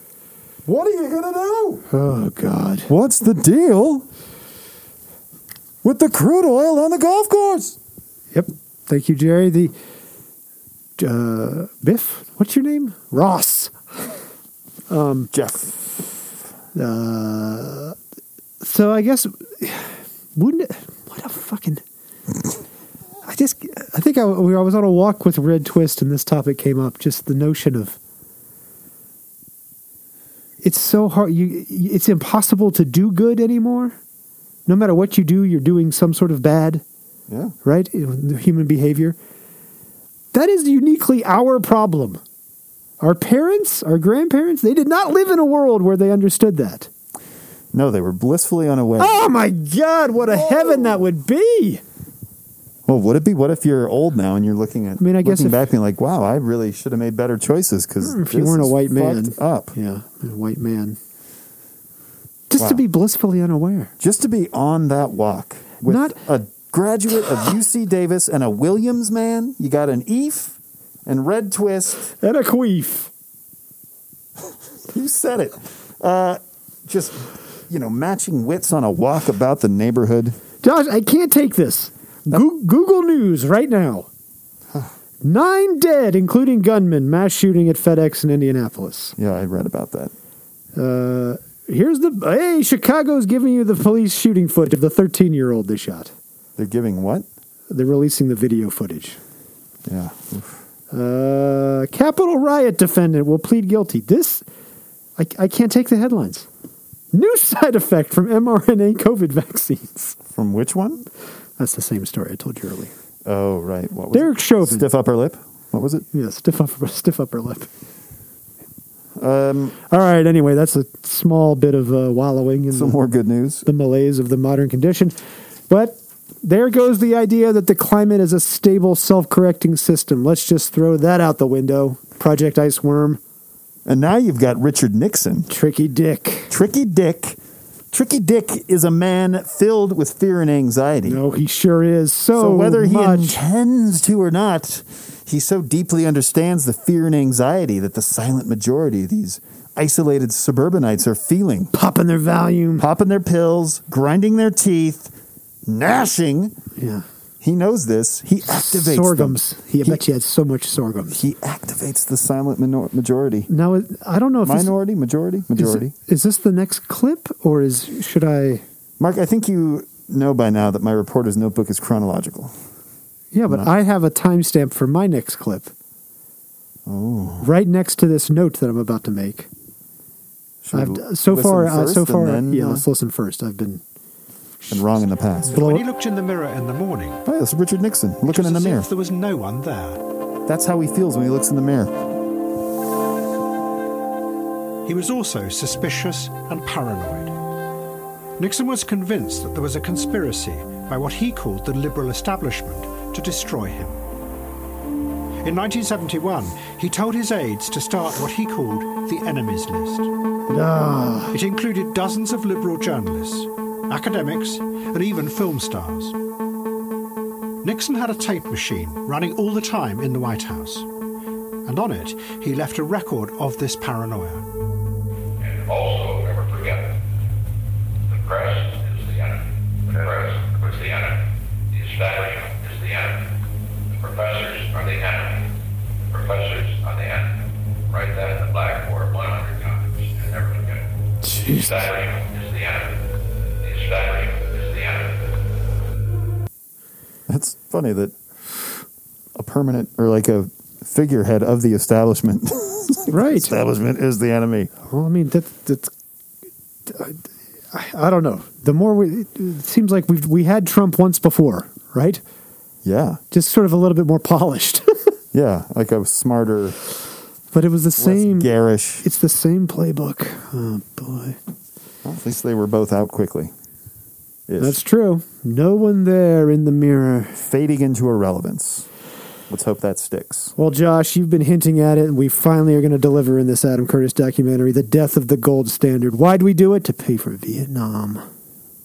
What are you going to do? Oh, God. What's the deal with the crude oil on the golf course? Yep. Thank you, Jerry. The uh, Biff, what's your name? Ross. Um, Jeff. Uh, so I guess wouldn't it, what a fucking. I just I think I, we- I was on a walk with Red Twist and this topic came up. Just the notion of it's so hard. You it's impossible to do good anymore. No matter what you do, you're doing some sort of bad Yeah. right? The Human behavior. That is uniquely our problem. Our parents, our grandparents, they did not live in a world where they understood that. No, they were blissfully unaware. Oh my God, what a heaven that would be! Well, would it be? What if you're old now and you're looking at? I mean, I guess looking if- back, being like, "Wow, I really should have made better choices." Because Hmm, If you weren't a white man. up Yeah, a white man. Just to Wow. be blissfully unaware. just to be on that walk with Not- a graduate of UC Davis and a Williams man. You got an Eve and Red Twist. And a queef. You said it. Uh, just you know, matching wits on a walk about the neighborhood. Josh, I can't take this. Goo- Google News right now. Nine dead, including gunmen, mass shooting at FedEx in Indianapolis. Yeah, I read about that. Uh, here's the hey chicago's giving you the police shooting footage of the 13 year old they shot They're giving what? They're releasing the video footage. Yeah. Uh, capital riot defendant will plead guilty. This, I, I can't take the headlines. New side effect from mRNA COVID vaccines. From which one? That's the same story I told you earlier. Oh, right. What was Derek it? Chauvin. Stiff upper lip. What was it? Yeah, stiff upper, stiff upper lip. Um, All right, anyway, that's a small bit of uh, wallowing in some the, more good news. the malaise of the modern condition. But there goes the idea that the climate is a stable, self correcting system. Let's just throw that out the window. Project Iceworm, And now you've got Richard Nixon. tricky dick. Tricky Dick. Tricky Dick is a man filled with fear and anxiety. No, he sure is. So, so, whether he much. intends to or not, he so deeply understands the fear and anxiety that the silent majority of these isolated suburbanites are feeling. popping their volume. Popping their pills, grinding their teeth, gnashing. Yeah. He knows this. He activates them. sorghums. He, I He- bet you had so much sorghums. He activates the silent minor- majority. Now it- I don't know if this- Minority, majority, is- majority. Is, this the next clip or is should I? Mark, I think you know by now that my reporter's notebook is chronological. Yeah, but No. I have a timestamp for my next clip Oh. right next to this note that I'm about to make. Should I've, we d- so listen far, uh, first so and far, then, yeah. uh, Let's listen first. I've been and wrong in the past. Blow When it. he looked in the mirror in the morning, it Oh, yeah, it's Richard Nixon looking was in the as mirror. if there was no one there. That's how he feels when he looks in the mirror. He was also suspicious and paranoid. Nixon was convinced that there was a conspiracy by what he called the liberal establishment to destroy him. In 1971, he told his aides to start what he called the enemies list. ah, It included dozens of liberal journalists, academics, and even film stars. Nixon had a tape machine running all the time in the White House, and on it he left a record of this paranoia. And also, never forget, the press is the enemy. The press is the enemy. The establishment is the enemy. The professors are the enemy. The professors are the enemy. Write that in the blackboard 100 times and never forget it. The establishment is the enemy. The establishment is the enemy. That's funny that a permanent or like a figurehead of the establishment. right. establishment is the enemy. Well, I mean that that's. I, I don't know. The more we, it seems like we've we had Trump once before, right? Yeah, Just sort of a little bit more polished, yeah. Like a smarter, but it was the same. less garish. It's the same playbook. Oh boy, Well, at least they were both out quickly. Ish. that's true. No one there in the mirror. fading into irrelevance. Let's hope that sticks. Well, Josh, you've been hinting at it, and we finally are going to deliver in this Adam Curtis documentary, "The Death of the Gold Standard." Why'd we do it? To pay for Vietnam.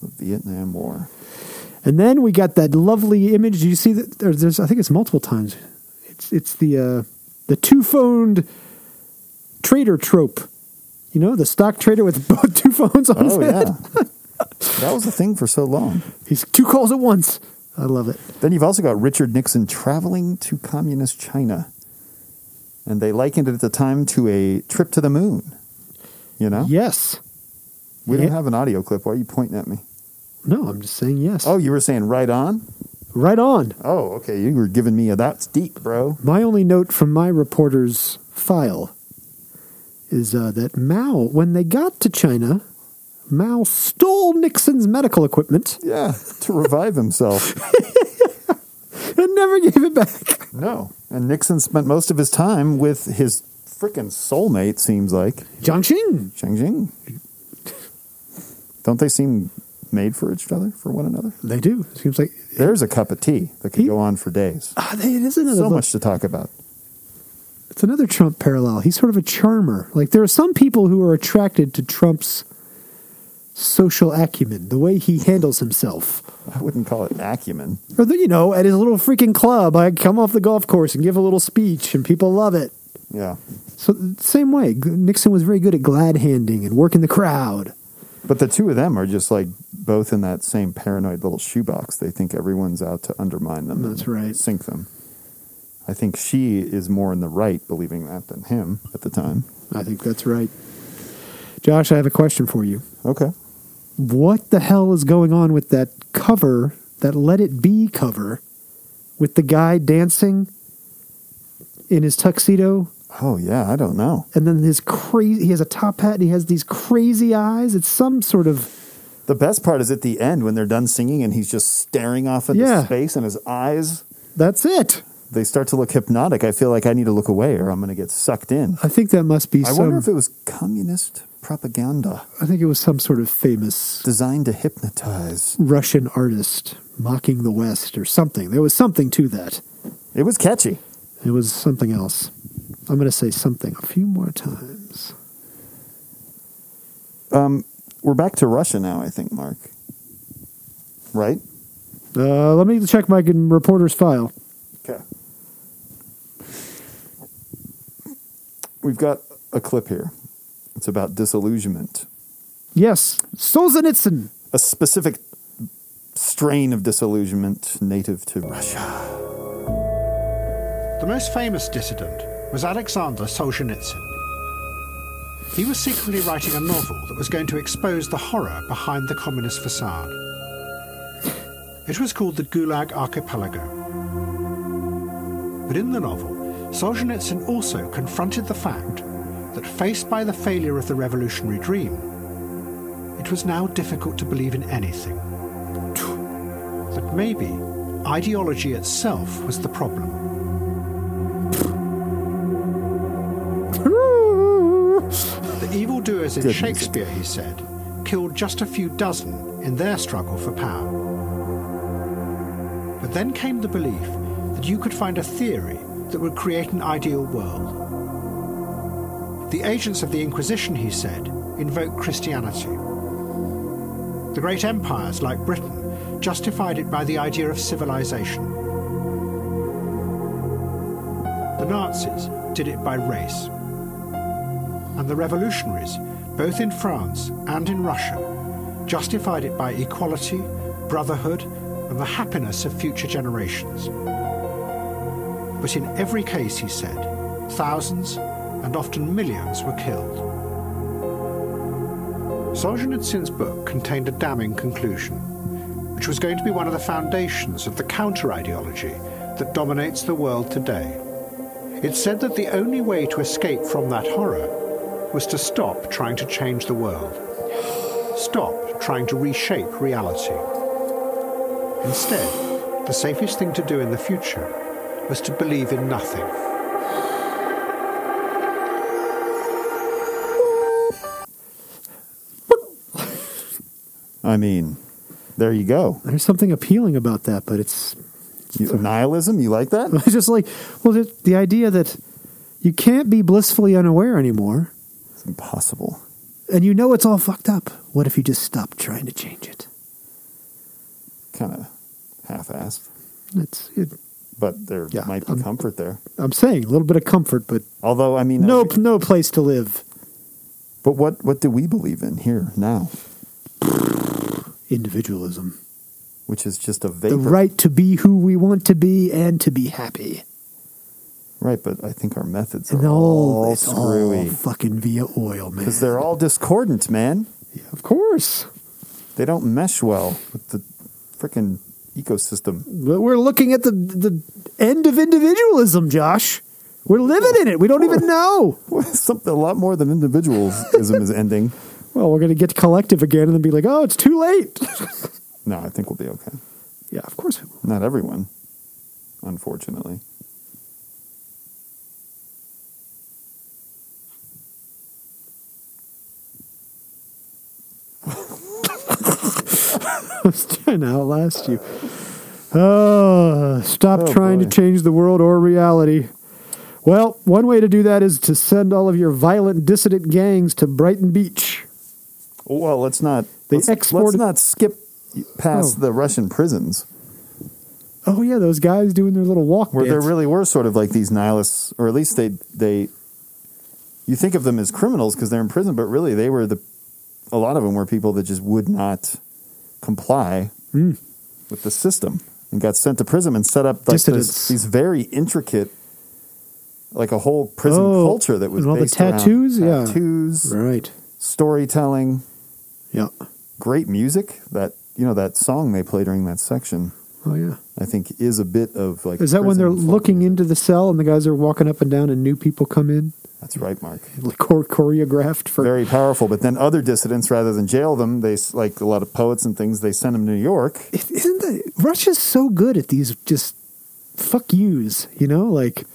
The Vietnam War. And then we got that lovely image. Do you see that? There's, there's I think it's multiple times. It's it's the uh, the two phoned trader trope. You know, the stock trader with both two phones on his Oh head. yeah, that was the thing for so long. He's two calls at once. I love it. Then you've also got Richard Nixon traveling to communist China, and they likened it at the time to a trip to the moon. You know, Yes. we don't yeah. have an audio clip. Why are you pointing at me? No, I'm just saying yes. Oh, you were saying right on. Right on. Oh, okay. You were giving me a that's deep, bro. My only note from my reporter's file is uh, that Mao, when they got to China, Mao stole Nixon's medical equipment Yeah, to revive himself. and never gave it back. No, and Nixon spent most of his time with his frickin' soulmate. Seems like. Jiangxing. Ching Jing. Don't they seem made for each other, for one another? They do. It seems like There's a cup of tea that could He- go on for days. ah, they, it is another. So look- much to talk about. It's another Trump parallel. He's sort of a charmer. Like there are some people who are attracted to Trump's social acumen, the way he handles himself, I wouldn't call it acumen. or the, you know, at his little freaking club, I come off the golf course and give a little speech, and people love it. Yeah. So the same way, G- Nixon was very good at glad handing and working the crowd. But the two of them are just like both in that same paranoid little shoebox. They think everyone's out to undermine them. That's and right. Sink them. I think she is more in the right believing that than him at the time. I think that's right. Josh, I have a question for you. Okay. what the hell is going on with that cover, that Let It Be cover with the guy dancing in his tuxedo Oh yeah, I don't know. and then his crazy he has a top hat and he has these crazy eyes it's some sort of The best part is at the end when they're done singing and he's just staring off into Yeah. space and his eyes that's it they start to look hypnotic. I feel like I need to look away or I'm going to get sucked in. i think that must be I some wonder if it was communist propaganda i think it was some sort of famous designed to hypnotize. russian artist mocking the west or something there was something to that It was catchy. it was something else i'm going to say something a few more times Um, We're back to Russia now, I think, Mark. Right? uh, let me check my reporter's file Okay. We've got a clip here. It's about disillusionment, yes solzhenitsyn a specific strain of disillusionment native to Russia. The most famous dissident was Alexander Solzhenitsyn. He was secretly writing a novel that was going to expose the horror behind the communist facade. It was called The Gulag Archipelago. But in the novel, Solzhenitsyn also confronted the fact that, faced by the failure of the revolutionary dream, it was now difficult to believe in anything. That maybe ideology itself was the problem. The evildoers in Goodness. Shakespeare, he said, killed just a few dozen in their struggle for power. But then came the belief that you could find a theory that would create an ideal world. The agents of the Inquisition, he said, invoked Christianity. The great empires like Britain justified it by the idea of civilization. The Nazis did it by race and the revolutionaries, both in France and in Russia, justified it by equality, brotherhood, and the happiness of future generations. But in every case, he said, thousands and often millions were killed. Solzhenitsyn's book contained a damning conclusion, which was going to be one of the foundations of the counter ideology that dominates the world today. It said that the only way to escape from that horror was to stop trying to change the world. Stop trying to reshape reality. Instead, the safest thing to do in the future was to believe in nothing. I mean, there you go. there's something appealing about that but it's You- nihilism, you like that? It's just like, well, the, the idea that you can't be blissfully unaware anymore, It's impossible. and you know it's all fucked up. What if you just stopped trying to change it? Kind of half-assed, It's, it but there Yeah, might be um, comfort there. I'm saying a little bit of comfort, but Although, I mean, no, no place to live. But what what do we believe in here now? Individualism, Which is just a vapor, the right to be who we want to be and to be happy, Right, But I think our methods and are all, all, it's all screwy fucking via oil, man. because they're all discordant, man. Yeah, of course. They don't mesh well with the freaking ecosystem. But we're looking at the the end of individualism, Josh. We're living in it. We don't even know. Something a lot more than individualism is ending. Well, we're going to get collective again and then be like, oh, it's too late. No, I think we'll be okay. yeah, of course we will. Not everyone, unfortunately. I was trying to outlast you. Oh, stop Oh, trying boy. to change the world or reality. Well, one way to do that is to send all of your violent dissident gangs to Brighton Beach. Well, let's not. They let's, let's exported- not skip past Oh. the Russian prisons Oh yeah, those guys doing their little walk. where there dance. really were sort of like these nihilists, or at least they they. You think of them as criminals because they're in prison, but really they were the. A lot of them were people that just would not comply Mm. with the system and got sent to prison and set up like this, Dissidents. these very intricate, like a whole prison Oh, culture that was and all the based around tattoos? Yeah. tattoos, right. storytelling, Yeah. great music. That you know that song they play during that section. Oh yeah. I think is a bit of like. Is that when prison they're folk- looking into the cell and the guys are walking up and down and new people come in? That's right, Mark. Like chor- choreographed for Very powerful. But then other dissidents, rather than jail them, they s- like a lot of poets and things. They send them to New York. It- isn't the Russia's so good at these just fuck yous, you know? Like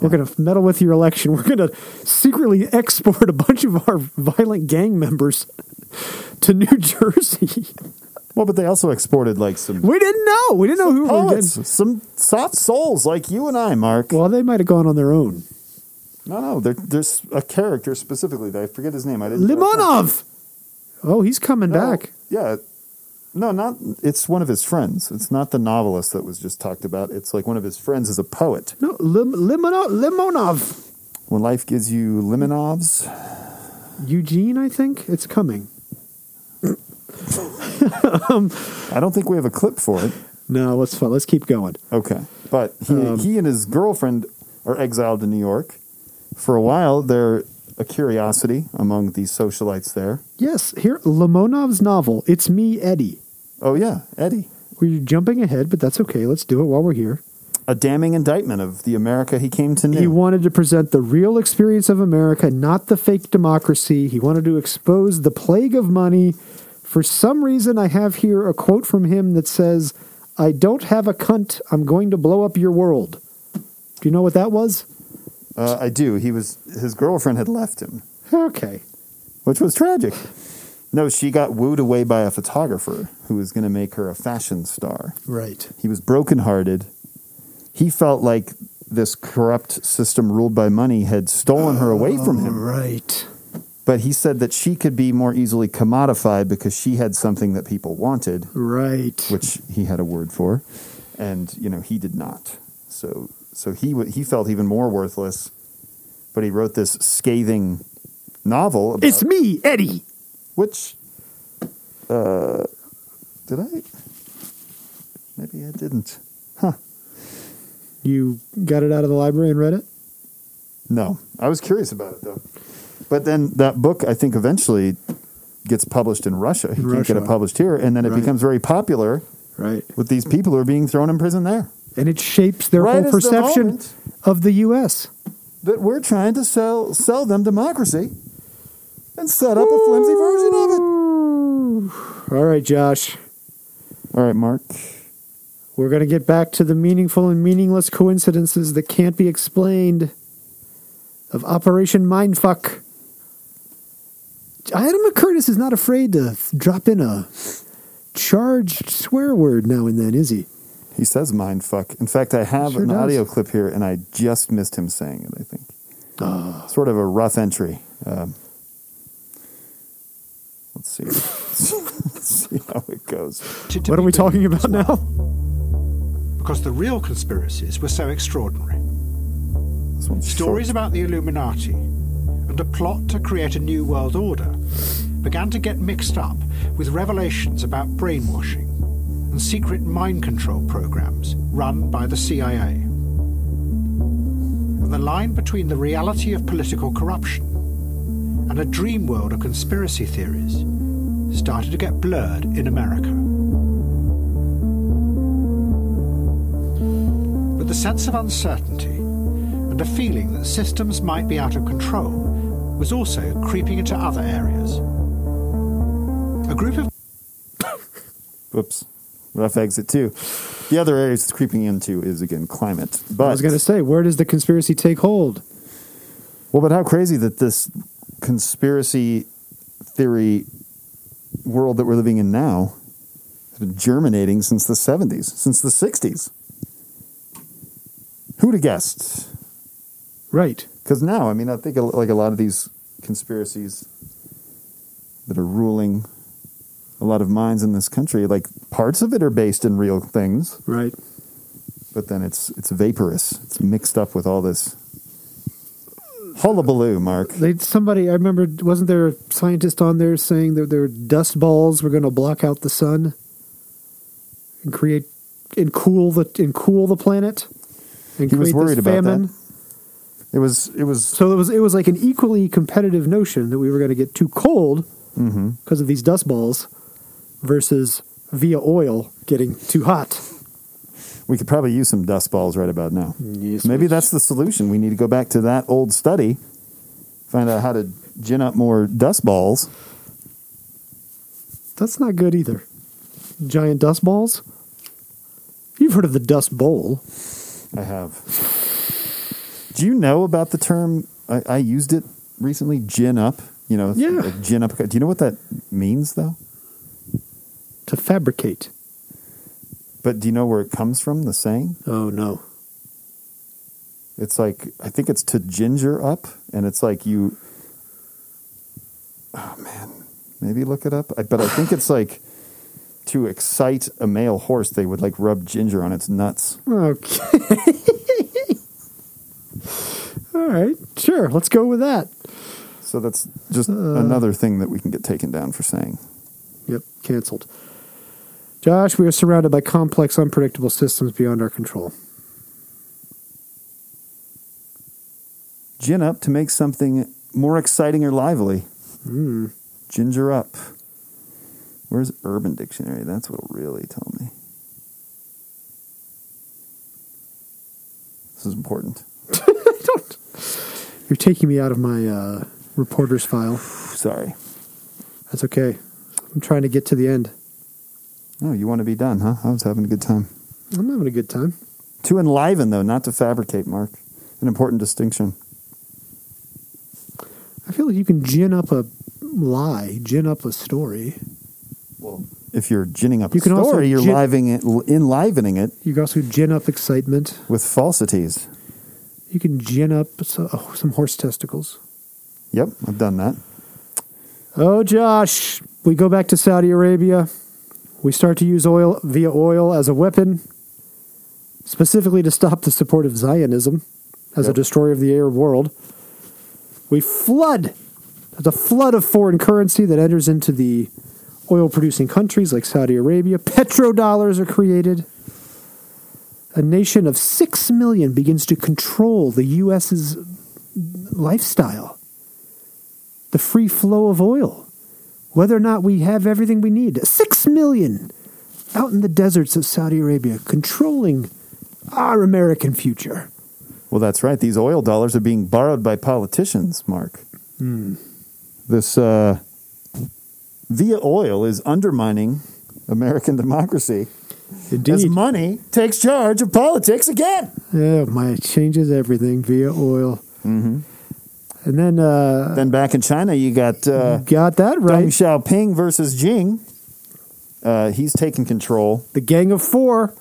we're gonna meddle with your election. We're gonna secretly export a bunch of our violent gang members to New Jersey. Well, but they also exported like some We didn't know. We didn't know who we were getting. poets, some soft souls like you and I, Mark. Well, they might have gone on their own. No, no, there, there's a character specifically that I forget his name. I didn't. Limonov. Oh, he's coming No, back. Yeah. No, not it's one of his friends. It's not the novelist that was just talked about. It's like one of his friends is a poet. No, Lim- Limonov. Limonov. When life gives you limonovs, Eugene, I think it's coming. I don't think we have a clip for it. No, let's fu- let's keep going. Okay. But he, Um, he and his girlfriend are exiled to New York. For a while, they're a curiosity among the socialites there. Yes, here Limonov's novel. It's me, Eddie. Oh, yeah, Eddie. We're jumping ahead, but that's okay. Let's do it while we're here. A damning indictment of the America he came to know. He wanted to present the real experience of America, not the fake democracy. He wanted to expose the plague of money. For some reason, I have here a quote from him that says, I don't have a cunt. I'm going to blow up your world. Do you know what that was? uh, I do. He was his girlfriend had left him, Okay. which was tragic. No, she got wooed away by a photographer who was going to make her a fashion star. Right. He was brokenhearted. He felt like this corrupt system ruled by money had stolen her away from Oh, him. Right. But he said that she could be more easily commodified because she had something that people wanted, Right. which he had a word for, and you know he did not. So so he w- he felt even more worthless. But he wrote this scathing novel. About, It's me, Eddie. which uh, did I? Maybe I didn't. You got it out of the library and read it? No, I was curious about it though. But then that book, I think, eventually gets published in Russia. He can't get Russia. it published here, and then it Right. becomes very popular Right. with these people who are being thrown in prison there. And it shapes their Right whole as the perception moment of the U.S. that we're trying to sell sell them democracy and set up a flimsy version of it. All right, Josh. All right, Mark. We're going to get back to the meaningful and meaningless coincidences that can't be explained of Operation Mindfuck. Adam McCurtis is not afraid to drop in a charged swear word now and then, is he? He says mind fuck. In fact, I have Sure an does. audio clip here, and I just missed him saying it. I think Ah. sort of a rough entry. Um, let's see. let's see how it goes. To- What are we talking about now? Because the real conspiracies were so extraordinary. This one's short. Stories about the Illuminati and a plot to create a new world order began to get mixed up with revelations about brainwashing and secret mind control programs run by the CIA. And the line between the reality of political corruption and a dream world of conspiracy theories started to get blurred in America. But the sense of uncertainty and a feeling that systems might be out of control was also creeping into other areas. A group of Whoops. Rough exit too. The other areas it's creeping into is again climate. But I was going to say, where does the conspiracy take hold? Well, but how crazy that this conspiracy theory world that we're living in now has been germinating since the 70s, since the 60s. Who'd have guessed? Right. Because now, I mean, I think a- like a lot of these conspiracies that are ruling a lot of minds in this country, like parts of it are based in real things, Right. but then it's it's vaporous. It's mixed up with all this hullabaloo, Mark. They somebody I remember wasn't there a scientist on there saying that their dust balls were going to block out the sun and create and cool the and cool the planet and He was create worried this about that. famine. It was it was So it was it was like an equally competitive notion that we were going to get too cold Mm-hmm. because of these dust balls versus via oil getting too hot. We could probably use some dust balls right about now. Yes, Maybe that's the solution. We need to go back to that old study, find out how to gin up more dust balls. That's not good either. Giant dust balls? You've heard of the Dust Bowl. I have. Do you know about the term? I, I used it recently. Gin up. You know, Yeah. like gin up. Do you know what that means though? To fabricate. But do you know where it comes from? The saying. Oh, no. It's like I think it's to ginger up, and it's like you. Oh man, maybe look it up. I, but I think it's like to excite a male horse. They would like rub ginger on its nuts. Okay. All right. Sure. Let's go with that. So that's just another thing that we can get taken down for saying. Yep, canceled. Josh, we are surrounded by complex, unpredictable systems beyond our control. Gin up to make something more exciting or lively. Mm. Ginger up. Where's Urban Dictionary? That's what'll really tell me. This is important. You're taking me out of my uh, reporter's file. Sorry. That's okay. I'm trying to get to the end. Oh, you want to be done, huh? I was having a good time. I'm having a good time. To enliven, though, not to fabricate, Mark. An important distinction. I feel like you can gin up a lie, gin up a story. Well, if you're ginning up You a can story, also you're gin- living it, enlivening it You can also gin up excitement. with falsities. You can gin up so, oh, some horse testicles. Yep, I've done that. Oh, Josh, we go back to Saudi Arabia. We start to use oil via oil as a weapon, specifically to stop the support of Zionism as a Yep. destroyer of the Arab world. We flood. There's a flood of foreign currency that enters into the oil producing countries like Saudi Arabia. Petrodollars are created. A nation of six million begins to control the U.S.'s lifestyle the free flow of oil, whether or not we have everything we need. Six million out in the deserts of Saudi Arabia controlling our American future. Well, that's right. These oil dollars are being borrowed by politicians, Mark. Hmm. This uh, via oil is undermining American democracy as money takes charge of politics again. Yeah, my it changes everything via oil. Mm-hmm. And then, uh, Then back in China, you got uh, got that Deng right. Xiaoping versus Jing. Uh, he's taken control. The Gang of Four.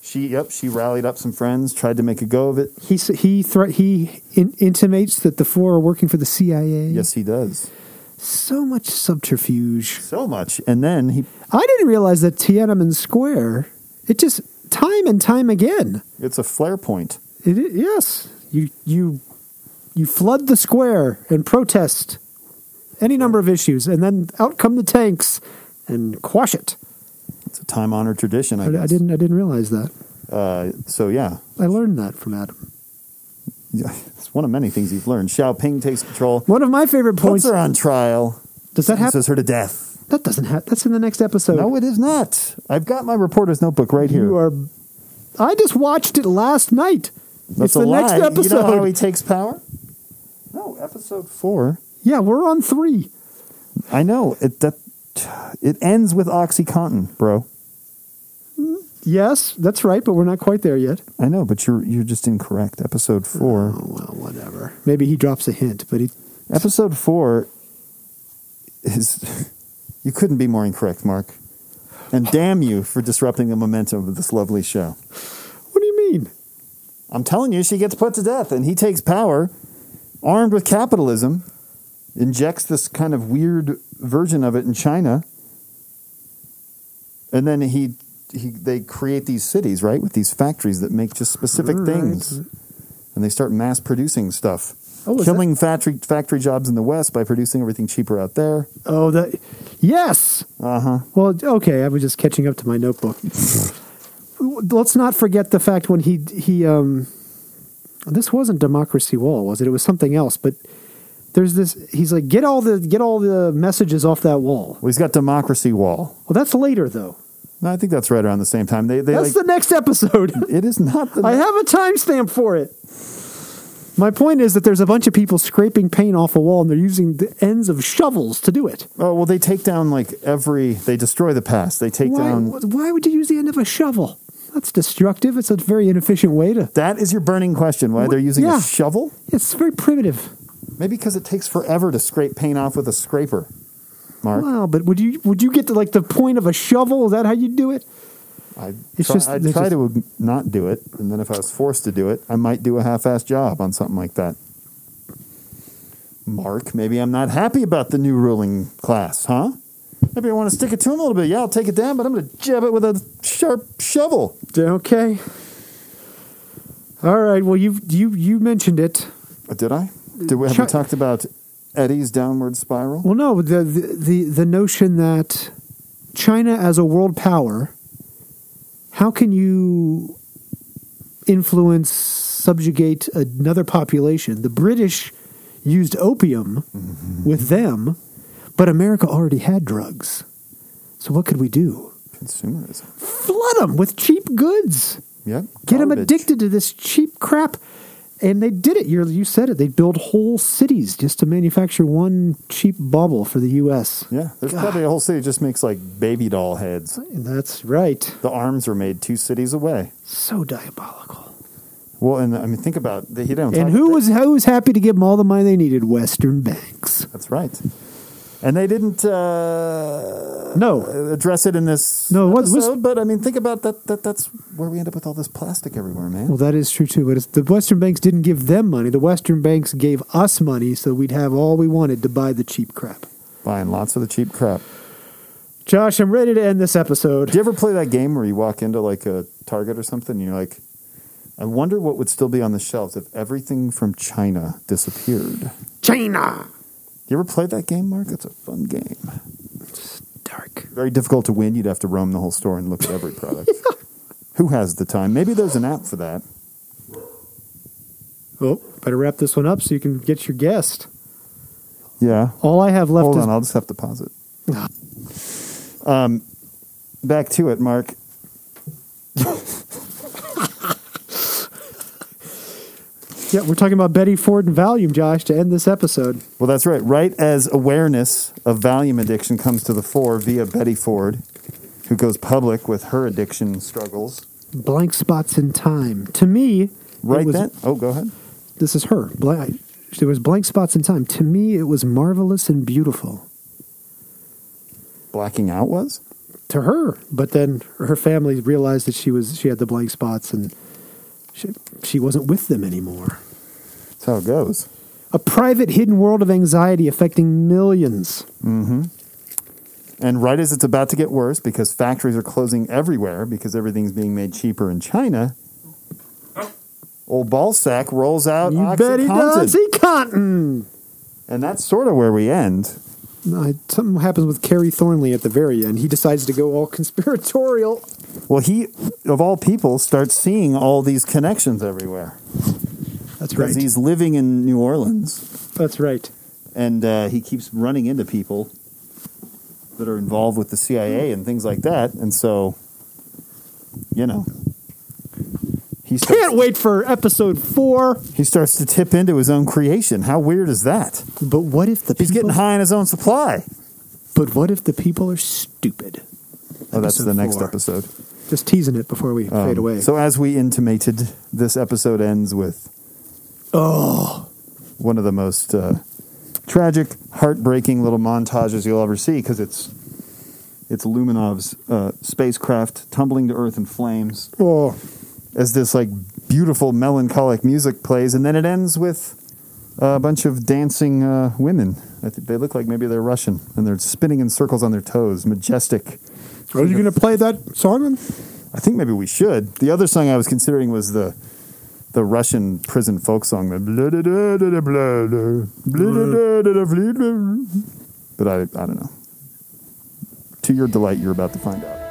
She, yep, she rallied up some friends, tried to make a go of it. He s- he thre- he in- intimates that the four are working for the CIA. Yes, he does So much subterfuge. so much. And then he, I didn't realize that Tiananmen Square. It just time and time again. it's a flare point. It i yes, you you you flood the square and protest any number of issues, and then out come the tanks and quash it. It's a time honored tradition. I, I, guess. I didn't I didn't realize that. Uh, so yeah, I learned that from Adam. Yeah, it's one of many things you've learned. Xiaoping takes control. One of my favorite Puts points. her on trial. Does that happen? Sentences her to death. That doesn't happen. That's in the next episode. no, it is not. I've got my reporter's notebook right here. you are. I just watched it last night. That's it's the a next lie. You know how episode. he takes power? No, episode four. yeah, we're on three. I know it. That it ends with OxyContin, bro. Yes, that's right, but we're not quite there yet. I know, but you're you're just incorrect. Episode four. Oh well, whatever. Maybe he drops a hint, but he Episode four is. You couldn't be more incorrect, Mark. And damn you for disrupting the momentum of this lovely show. What do you mean? I'm telling you, she gets put to death, and he takes power, armed with capitalism, injects this kind of weird version of it in China, and then he, he they create these cities, right, with these factories that make just specific Right. things, and they start mass producing stuff, Oh, is killing factory factory jobs in the West by producing everything cheaper out there. Oh, that. Yes. Uh huh. Well, okay. I was just catching up to my notebook. Let's not forget the fact when he he um. This wasn't Democracy Wall, was it? It was something else. But there's this. He's like, get all the get all the messages off that wall. Well, he's got democracy wall. Well, that's later though. No, I think that's right around the same time. They, they That's like, the next episode. it is not the. I have a timestamp for it. My point is that there's a bunch of people scraping paint off a wall and they're using the ends of shovels to do it. oh well, they take down like every. They destroy the past. They take why, down. why would you use the end of a shovel? That's destructive. It's a very inefficient way to. That is your burning question. Why they're using Yeah. a shovel? It's very primitive. Maybe because it takes forever to scrape paint off with a scraper. Mark, Wow, but would you would you get to like the point of a shovel? Is that how you do it? I It's try, just- I'd they're try just- to not do it, and then if I was forced to do it, I might do a half-assed job on something like that. Mark, maybe I'm not happy about the new ruling class, huh? Maybe I want to stick it to him a little bit. Yeah, I'll take it down, but I'm going to jab it with a sharp shovel. Okay. All right. Well, you you you mentioned it. Uh, Did I? Did we have Chuck- we talked about Eddie's downward spiral? Well, no, the, the the the notion that China as a world power, how can you influence subjugate another population? The British used opium with them, but America already had drugs. So what could we do? Consumerism. Flood them with cheap goods. Yep. Get them Garbage. addicted to this cheap crap. And they did it. You're, you said it. They build whole cities just to manufacture one cheap bauble for the U.S. Yeah, there's probably a whole city just makes like baby doll heads. And that's right. The arms were made two cities away. So diabolical. Well, and I mean, think about he didn't. And talk- who was who was happy to give them all the money they needed? Western banks. That's right. And they didn't uh, No, address it in this No, it was- episode, but I mean, think about that, that. That's where we end up with all this plastic everywhere, man. well that is true too. But it's, the Western banks didn't give them money. The Western banks gave us money, so we'd have all we wanted to buy the cheap crap. Buying lots of the cheap crap. Josh, I'm ready to end this episode. Do you ever play that game where you walk into like a Target or something and you're like, I wonder what would still be on the shelves if everything from China disappeared? China. You ever played that game, Mark? It's a fun game. Dark. Very difficult to win. You'd have to roam the whole store and look at every product. Who has the time? Maybe there's an app for that. Oh, better wrap this one up so you can get your guest. Yeah. All I have left Hold is on, I'll just have to pause it. um, back to it, Mark. yeah. We're talking about Betty Ford and Valium, Josh, to end this episode. Well, that's right. Right as awareness of Valium addiction comes to the fore via Betty Ford, who goes public with her addiction struggles. Blank spots in time. To me, Right it was then. Oh, go ahead. this is her. Bla- there was blank spots in time. To me, it was marvelous and beautiful. Blacking out was? To her, but then her family realized that she was she had the blank spots and she, she wasn't with them anymore. That's how it goes. A private, hidden world of anxiety affecting millions. And right as it's about to get worse because factories are closing everywhere because everything's being made cheaper in China, old Ballsack rolls out you bet he does. OxyContin. He cotton. And that's sort of where we end. I, something happens with Carrie Thornley at the very end. He decides to go all conspiratorial. Well, he, of all people, starts seeing all these connections everywhere That's because right. he's living in New Orleans That's right. and uh, he keeps running into people that are involved with the CIA and things like that. And so, you know, he Can't starts, wait for episode four. he starts to tip into his own creation. How weird is that? But what if the He's people getting high on his own supply. But what if the people are stupid? Oh, that's Episode the next four. episode. Just teasing it before we Um, fade away. So, as we intimated, this episode ends with oh, one of the most uh, tragic, heartbreaking little montages you'll ever see because it's it's Luminov's uh, spacecraft tumbling to Earth in flames oh, as this like beautiful melancholic music plays, and then it ends with a bunch of dancing uh, women. I think they look like maybe they're Russian, and they're spinning in circles on their toes, majestic. are you going to play that song? I think maybe we should. The other song I was considering was the the Russian prison folk song. the blah-da-da-da-da-blah-da, blah-da-da-da-da-blah-da. But I I don't know. To your delight, you're about to find out.